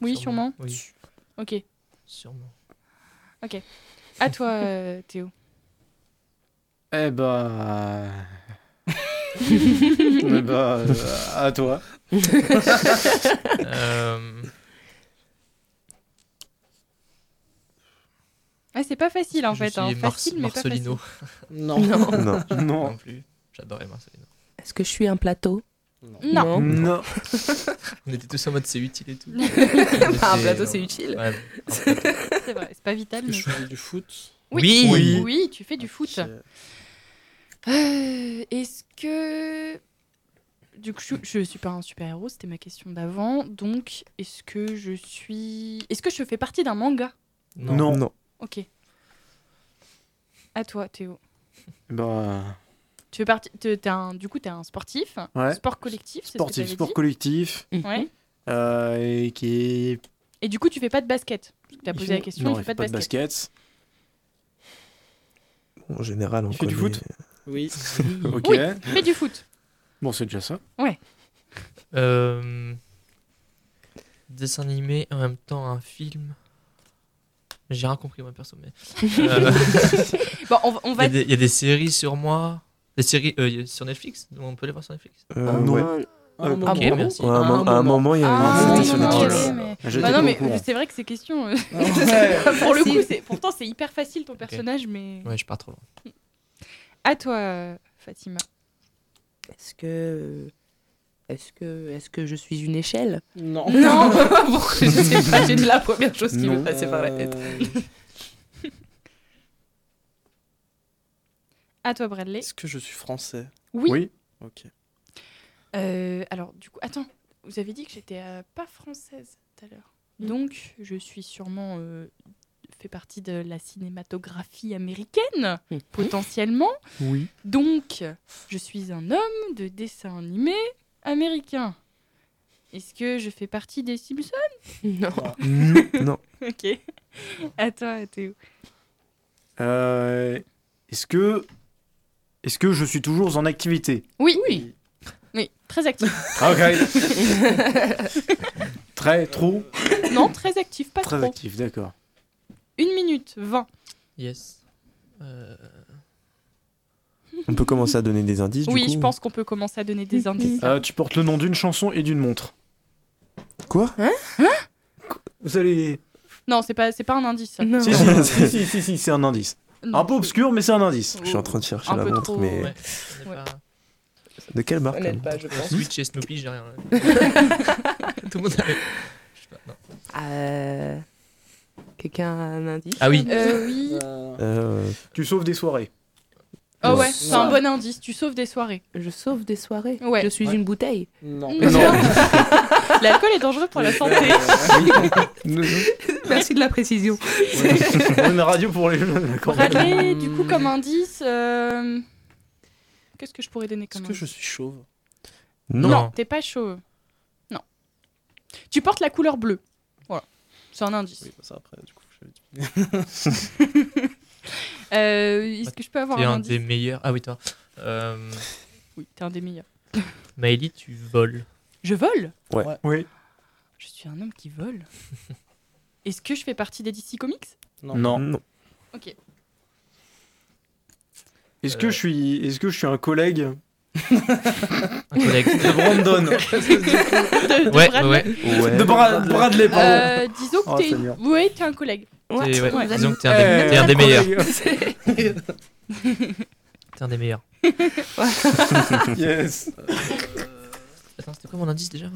Oui, sûrement.
Oui,
Ok.
sûrement.
À toi, euh, Théo.
Eh bah. eh bah, euh, à toi.
Euh,
Ah, c'est pas facile en
je
fait.
suis
Hein.
Mar-
Facile, mais pas
Marcelino
facile.
Non.
Non.
non
Non.
plus. J'adorais Marcelino.
Est-ce que je suis un plateau
Non.
Non.
Non.
On était tous en mode c'est utile et tout.
Bah, un plateau, c'est utile.
Ouais, un plateau.
c'est vrai. C'est pas vital.
Est-ce que
Mais...
je fais du foot Ah,
Oui.
oui. tu fais du
Ok.
foot. Euh, Est-ce que. Du coup, je, je suis pas un super héros, c'était ma question d'avant. Donc, est-ce que je suis, est-ce que je fais partie d'un manga
Non. Non. Non.
Ok. À toi, Théo.
Bah,
Tu fais partie, t'es- t'es un, du coup, t'es un sportif.
Ouais.
Sport collectif. c'est ce que
sportif,
t'avais
sport
dit.
collectif.
Ouais.
Euh, et qui est.
Et du coup, tu fais pas de basket. Parce que t'as posé la question,
non,
il fait pas de basket.
basket.
En général, on
Il fait du
connaît-
foot
Oui.
ok.
Oui, fais du foot.
Bon, c'est déjà ça.
Ouais.
Euh, dessin animé en même temps un film. J'ai rien compris moi perso mais. Euh,
Bon, on va- on va-
Il y, a des- il y a des séries sur moi, des séries euh, il y a- sur Netflix. On peut les voir sur Netflix.
Euh, Ah, non. ouais.
Ah,
Ah,
ok,
bon, bon.
merci.
Ouais, à un mo- à un moment, il y a hein,
Ah,
une
oui,
sur
non, non,
Netflix.
ok, mais-
J'étais
Bah non,
pas au
mais
courant.
c'est vrai que ces questions. euh,
Ah, Ouais.
pour le coup,
Facile.
c'est- pourtant, c'est hyper facile ton personnage, mais.
Ouais, je pars trop loin.
À toi, euh, Fatima.
Est-ce que. Est-ce que, est-ce que je suis une échelle
Non.
Non Bon, Je sais pas, j'ai dit la première chose qui me
Non.
passait par la tête.
Euh,
À toi, Bradley.
Est-ce que je suis français
Oui. Oui.
Ok.
Euh, alors, du coup, attends, vous avez dit que j'étais euh, pas française tout à l'heure. Donc, je suis sûrement euh, fait partie de la cinématographie américaine,
Mhm.
potentiellement.
Oui.
Donc, je suis un homme de dessin animé américain. Est-ce que je fais partie des Simpsons
Non.
non.
ok. À toi, Théo.
Euh, est-ce que. Est-ce que je suis toujours en activité
Oui. Oui. Oui, très actif.
Ah, Ok. Très, trop
non, très actif, pas
Très
trop.
actif, d'accord.
Une minute, 20.
Yes. Euh,
On peut commencer à donner des indices.
Oui,
du coup.
je pense qu'on peut commencer à donner des indices.
Euh, tu portes le nom d'une chanson et d'une montre.
Quoi
Hein
Vous allez.
Non, c'est pas, c'est pas un indice.
Euh,
ça.
Si, si, si, si, si, si, c'est un indice.
Non.
Un peu obscur, mais c'est un indice.
Je suis en train de chercher
Un
la
peu
montre,
trop,
mais
ouais.
de quelle marque la
Honnête
montre
pas, je pense.
Switch et Snoopy, j'ai rien. Tout le monde. a- Je sais pas, non.
Euh, Quelqu'un a un indice
Ah oui.
Euh, oui.
Euh,
Tu sauves des soirées.
Ah ouais, c'est un bon indice. Tu sauves des soirées.
Je sauve des soirées.
Ouais.
Je suis
Ouais.
une bouteille.
Non.
L'alcool est dangereux pour la santé.
Merci de la précision.
Une radio pour les jeunes, d'accord.
Bradley, du coup, comme indice, euh, qu'est-ce que je pourrais donner comme
Est-ce que
indice
je suis chauve
Non.
t'es pas chaud. Non. Tu portes la couleur bleue. Voilà. C'est un indice.
Oui, bah ça après, du coup, je
Euh, Est-ce que je peux avoir
T'es
un
un
indice
des meilleurs. Ah oui, toi. Euh,
Oui, t'es un des meilleurs.
Maëly, tu voles.
Je vole
Ouais.
Oui.
Je suis un homme qui vole. Est-ce que je fais partie des DC Comics
Non.
Non.
Ok.
Est-ce que je suis. Est-ce que je suis un collègue
Un collègue.
de Brandon
De- de
ouais,
Bradley.
ouais.
Ouais.
De Bra- Bradley, pardon.
Euh, disons que
Ah Oh,
t'es
Seigneur.
ouais, t'es un collègue.
T'es- ouais,
Ouais.
Disons que t'es un des,
Eh,
t'es un des meilleurs.
vais te
T'es un des meilleurs.
Yes.
Euh, Attends, c'était quoi mon indice déjà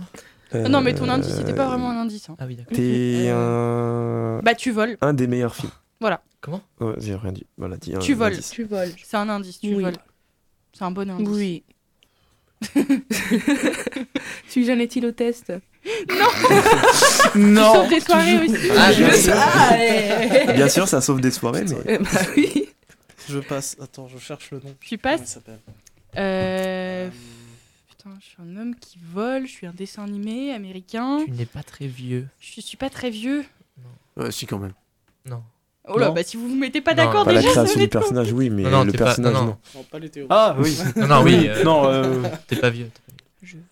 Euh,
Non, mais ton indice, c'était pas vraiment un indice. hein.
Ah oui, d'accord.
T'es un...
Bah, tu voles.
un des meilleurs films.
Voilà,
Comment
Ouais, j'ai rien dit. Voilà, dis un
tu voles.
indice.
Tu voles.
C'est un indice, tu
Oui.
voles. C'est un bon indice.
Oui. Suis-je un éthylotest
Tu
Non.
sauves des soirées aussi.
Ah, je
sais.
Ah, eh,
Bien sûr, ça sauve des soirées, mais...
eh. Eh Bah oui.
Je passe. Attends, je cherche le nom.
Tu
Comment il
passes.
s'appelle
Euh, Putain, je suis un homme qui vole, je suis un dessin animé américain.
Tu n'es pas très vieux.
Je suis pas très vieux.
Ouais, Euh, si, quand même.
Non.
Oh là,
Non.
bah si vous vous mettez pas
Non,
d'accord
Pas la
déjà, ça
création
va
du
être con.
personnage, oui, mais
Non, non,
le
t'es pas-
personnage,
non,
non.
non.
Non, pas les théories.
Ah oui.
Non, non, oui. euh,
Non. euh,
T'es pas vieux. t'es pas vieux.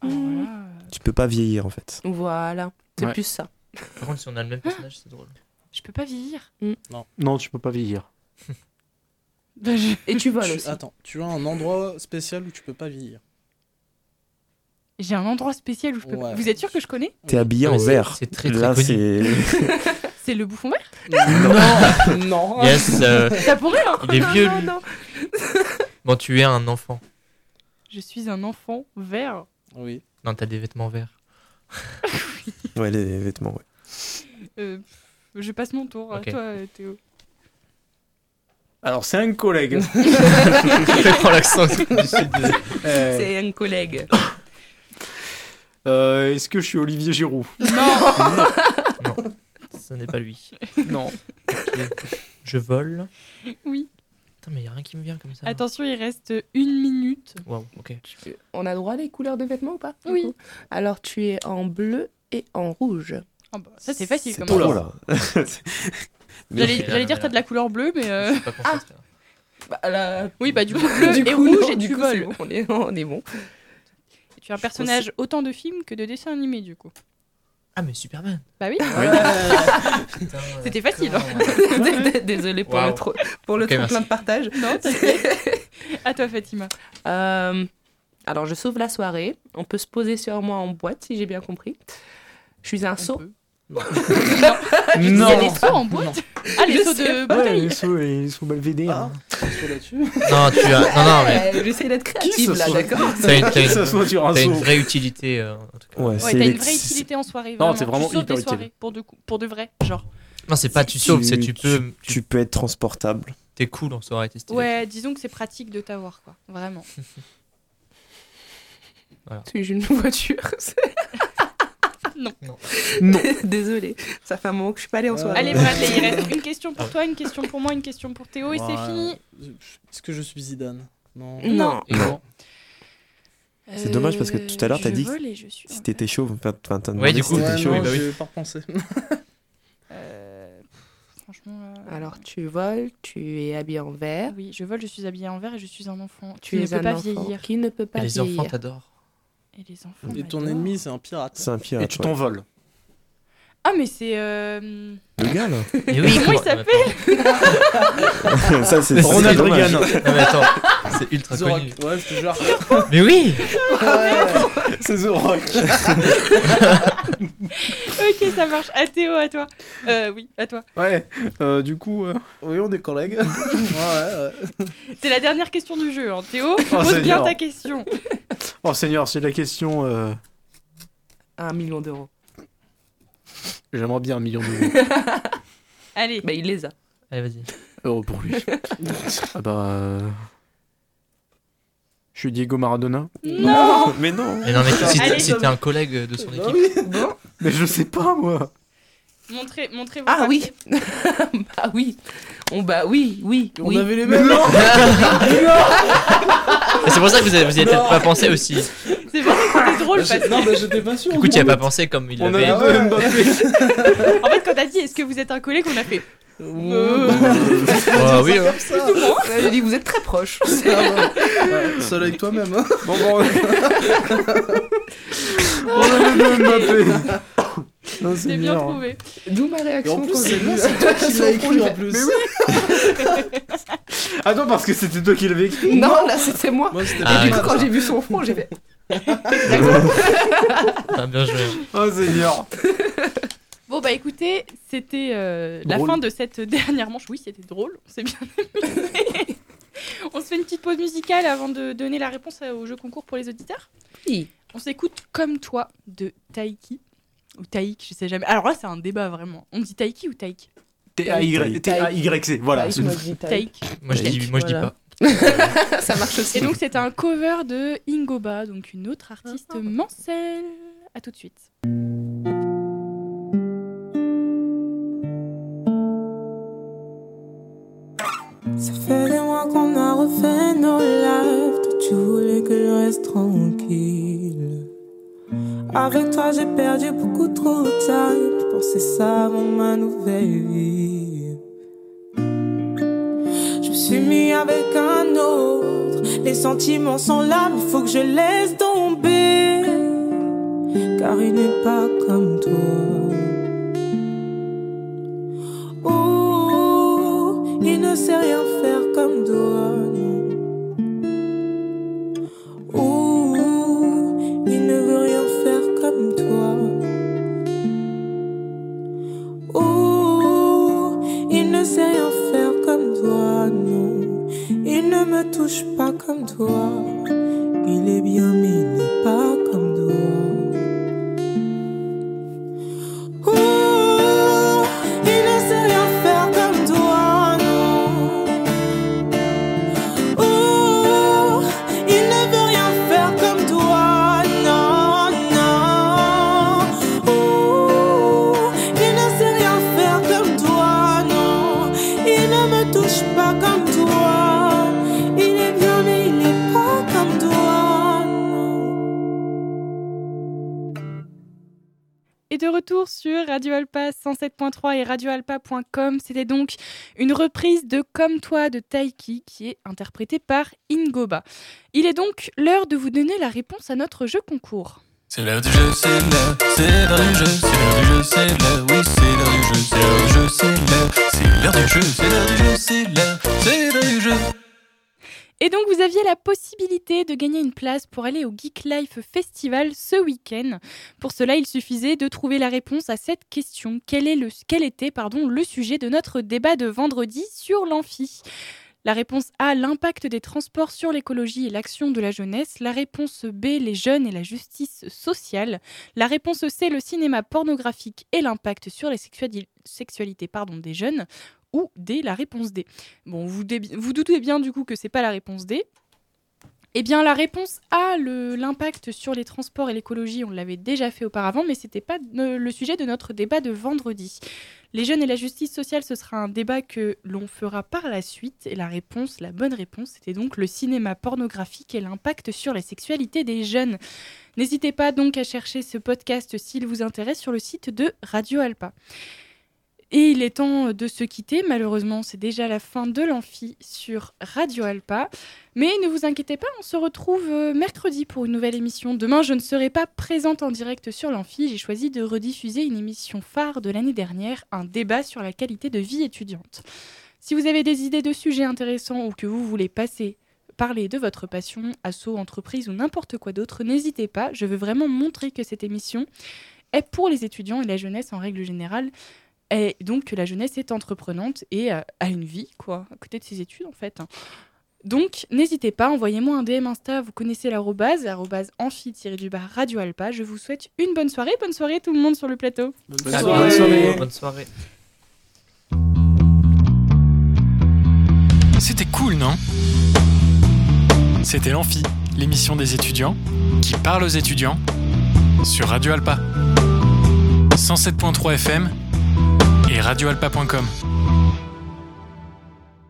Ah, voilà.
Tu peux pas vieillir, en fait.
Voilà. C'est
Ouais.
plus ça.
Par contre, si on a le même personnage, c'est drôle.
Je peux pas vieillir.
Non, tu peux pas vieillir.
Bah, je-
Ah,
Et tu voles
Tu-
aussi.
Attends, tu as un endroit spécial où tu peux pas vieillir.
J'ai un endroit spécial où je peux pas-
Ouais.
Vous êtes sûr que je connais
T'es habillé
Ouais,
en
c'est-
vert.
c'est très, très
Là,
connu.
c'est...
C'est le bouffon vert
Non, non.
Yes. euh,
Ça pourrait, hein
il est
Non,
vieux,
non,
lui.
non.
Bon, tu es un enfant.
Je suis un enfant vert.
Ah
Oui.
Non, t'as des vêtements verts.
Ouais, les vêtements, ouais.
Euh, je passe mon tour.
Ok.
À toi, euh, Théo.
Alors, c'est un collègue.
Je prends l'accent du sud.
Euh,
C'est un collègue.
Euh, Est-ce que je suis Olivier Giroud
Non, ce n'est pas lui.
Non.
Ok. Je vole.
Oui.
Putain, mais y a rien qui me vient comme ça.
Attention, il reste une minute.
Waouh, ok.
On a droit à les couleurs de vêtements ou pas du
Oui.
coup Alors tu es en bleu et en rouge.
Ah bah, ça, c'est facile comme
trop
ça.
là.
J'allais
Mais-
j'allais dire, t'as de la couleur bleue, mais. euh,
Je suis pas concentré.
Oui, bah, du coup, bleu et rouge, et tu voles.
on, est, on est bon.
Tu es un personnage autant de films que de dessins animés, du coup.
Ah, mais Superman.
Bah oui,
Putain,
C'était facile, hein.
d'accord.
Désolé pour
Waouh.
le, trop, pour le
Ok,
trop
merci.
plein de partage.
non, t'inquiète. à toi, Fatima.
Euh, alors je sauve la soirée. On peut se poser sur moi en boîte si j'ai bien compris. Je suis un
On
saut.
peut.
Non.
Il y a des sauts en boîte Ah, les
Je
sauts
sais
de
Ouais,
bouteille
ils sont, ils sont belvédères.
Ah. Sur là-dessus.
Non, tu as. Non, non, mais.
Euh, J'essaie d'être
Qui ce
créative là,
soir
d'accord
T'as une, t'as
Que ça
une,
soit sur un
t'as une
saut.
vraie utilité, euh, en tout cas.
Ouais,
Ouais,
c'est
t'as
les-
une vraie
c'est-
utilité en soirée.
Non, t'es vraiment
tu sauves
hyper
des
utile.
soirées, pour de, cou- pour de vrai, genre.
Non, c'est pas tu sauves, c'est tu peux. Tu
tu peux être transportable.
t'es cool en soirée, t'es stylé.
Ouais, disons que c'est pratique de t'avoir, quoi. Vraiment.
Suis-je une voiture
Non.
Désolée, ça fait un moment que je suis pas allée en
Ah.
soirée.
Allez, Bradley, il reste une question pour toi, une question pour moi, une question pour Théo, et c'est
Ouais.
fini.
Est-ce que je suis Zidane Non.
Non.
Non.
C'est dommage parce que tout à l'heure, t'as
Euh, je
dit
vole et je suis
Si t'étais chauve, enfin, t'as demandé
Ouais, du
si
coup,
t'étais
Ouais,
chaud,
chauve.
oui,
non,
bah oui.
j'ai pas repensé.
Euh, pff, Franchement. là-
Alors tu voles, tu es habillé en vert,
Oui, je vole, je suis habillée en vert et je suis un enfant.
tu
Tu ne
es
peux
un
pas
enfant
vieillir.
qui ne peut pas
Et les
vieillir.
enfants t'adorent.
Et les enfants.
Et ton
m'adorent.
ennemi, c'est un pirate.
C'est un pire.
Et tu t'envoles.
Ah, mais c'est. euh,
Le gars là
Mais
oui, comment il
s'appelle
Ça, c'est
Ronald
c'est dommage.
Reagan.
Non, mais attends, c'est ultra
The Rock.
connu.
Ouais, je te jure.
Mais oui
C'est The Rock.
Ok, ça marche. À Théo, à toi. Euh, oui, à toi.
Ouais, euh, du coup, euh, oui, on est collègues. ouais, ouais.
C'est la dernière question du jeu. hein. Théo,
Oh,
pose
c'est
bien
dur.
ta question.
Oh Seigneur, c'est la question. euh,
Un million d'euros.
J'aimerais bien un million d'euros
Allez,
Bah, il les a.
Allez, vas-y.
Euros Oh, pour lui. ah bah. euh, Je suis Diego Maradona.
Mais non
Mais non, mais si t'es-
Allez.
si t'es un collègue de son
Bah
équipe,
oui.
Mais je sais pas moi.
montrez, montrez vos
Ah
papiers.
oui Bah oui On bah oui, oui,
On
oui.
avait les mêmes. hein. Non,
Et c'est pour ça que vous avez- vous y avez peut-être pas pensé aussi. Du
C'est vrai que c'était drôle parce que.
non mais j'étais pas sûr.
coup, tu y as pas pensé comme il
On
avait.
a deux Mbappé.
En fait, quand t'as dit est-ce que vous êtes un collègue, on a fait. Euh,
Ah oui, ouais.
Ouais, J'ai dit vous êtes très proches.
Seul avec toi-même. hein.
Bon, bon, on a- on a les deux Mbappé. Non,
C'est bien
dur.
trouvé.
D'où ma
Et
réaction
en plus,
quand j'ai
c'est
vu
lui,
ça.
c'est toi qui l'as écrit en plus.
Mais Attends, parce que c'était toi qui l'avais écrit.
Non, là c'était moi.
Moi, c'était
Ah,
pas
Et du
oui.
coup,
mal.
quand j'ai vu son front, j'ai fait
Ah, bien joué.
Oh Seigneur.
Bon, bah écoutez, c'était euh, la
Drôle.
fin de cette dernière manche. Oui, c'était drôle. C'est bien amusé. On se fait une petite pause musicale avant de donner la réponse euh, au jeu concours pour les auditeurs.
oui.
On s'écoute comme toi de Taiki. Ou Taïk, je sais jamais. Alors là, c'est un débat vraiment. On dit Taiki ou Taïk
T-A-Y- T-A-Y-C. Voilà.
Bah, il m'a dit, taille.
Taïk.
Moi, je dis, moi, je dis
Voilà.
pas.
Ça marche
Et
aussi.
donc, c'est un cover de Ingoba, donc une autre artiste mancelle. À tout de suite.
Ça fait des mois qu'on a refait nos lives. Toi, tu voulais que je reste tranquille. Avec toi, j'ai perdu beaucoup trop de time. Je pensais ça avant ma nouvelle vie. Je me suis mis avec un autre. Les sentiments sont là, mais faut que je laisse tomber. Car il n'est pas comme toi. Oh, il ne sait rien faire comme toi. non. Oh, il ne veut rien faire comme toi. Oh, il ne sait rien faire comme toi. Non, il ne me touche pas comme toi. Il est bien, mais il n'est pas comme toi. Oh, il ne sait rien faire comme toi, non. marche pas comme toi. Il est bien, mais il est pas comme toi.
Et de retour sur Radio Alpa 107.3 et radioalpa.com, c'était donc une reprise de Comme toi de Taiki qui est interprétée par Ingoba. Il est donc l'heure de vous donner la réponse à notre jeu concours.
C'est l'heure du jeu, c'est l'heure, c'est l'heure du jeu, c'est l'heure du jeu, c'est l'heure, oui, c'est l'heure du jeu, c'est l'heure du jeu, c'est l'heure, c'est l'heure du jeu, c'est l'heure du jeu, c'est l'heure, c'est l'heure du jeu.
Et donc vous aviez la possibilité de gagner une place pour aller au Geek Life Festival ce week-end. Pour cela, il suffisait de trouver la réponse à cette question. Quel, est le, quel était pardon, le sujet de notre débat de vendredi sur l'amphi la réponse A, l'impact des transports sur l'écologie et l'action de la jeunesse. La réponse B, les jeunes et la justice sociale. La réponse C, le cinéma pornographique et l'impact sur les sexuali- sexualités pardon, des jeunes. Ou D, la réponse D. Bon, vous, dé- vous doutez bien du coup que c'est pas la réponse D. Eh bien, la réponse A, le- l'impact sur les transports et l'écologie, on l'avait déjà fait auparavant, mais c'était pas euh, le sujet de notre débat de vendredi. Les jeunes et la justice sociale, ce sera un débat que l'on fera par la suite. Et la réponse, la bonne réponse, c'était donc le cinéma pornographique et l'impact sur la sexualité des jeunes. N'hésitez pas donc à chercher ce podcast s'il vous intéresse sur le site de Radio Alpa. Et il est temps de se quitter. Malheureusement, c'est déjà la fin de l'amphi sur Radio Alpa. Mais ne vous inquiétez pas, on se retrouve euh, mercredi pour une nouvelle émission. Demain, je ne serai pas présente en direct sur l'amphi. J'ai choisi de rediffuser une émission phare de l'année dernière, un débat sur la qualité de vie étudiante. Si vous avez des idées de sujets intéressants ou que vous voulez passer parler de votre passion, assaut, entreprise ou n'importe quoi d'autre, n'hésitez pas. Je veux vraiment montrer que cette émission est pour les étudiants et la jeunesse en règle générale. Et donc que la jeunesse est entreprenante et euh, a une vie, quoi, à côté de ses études en fait. hein. Donc n'hésitez pas, envoyez-moi un DM Insta, vous connaissez l'arrobase, arrobase amphi-du-bas Radio Alpa. Je vous souhaite une bonne soirée, bonne soirée tout le monde sur le plateau.
Bonne soirée. Bonne soirée.
C'était cool, non C'était l'Amphi, l'émission des étudiants qui parle aux étudiants sur Radio Alpa. 107.3 FM et radioalpa.com.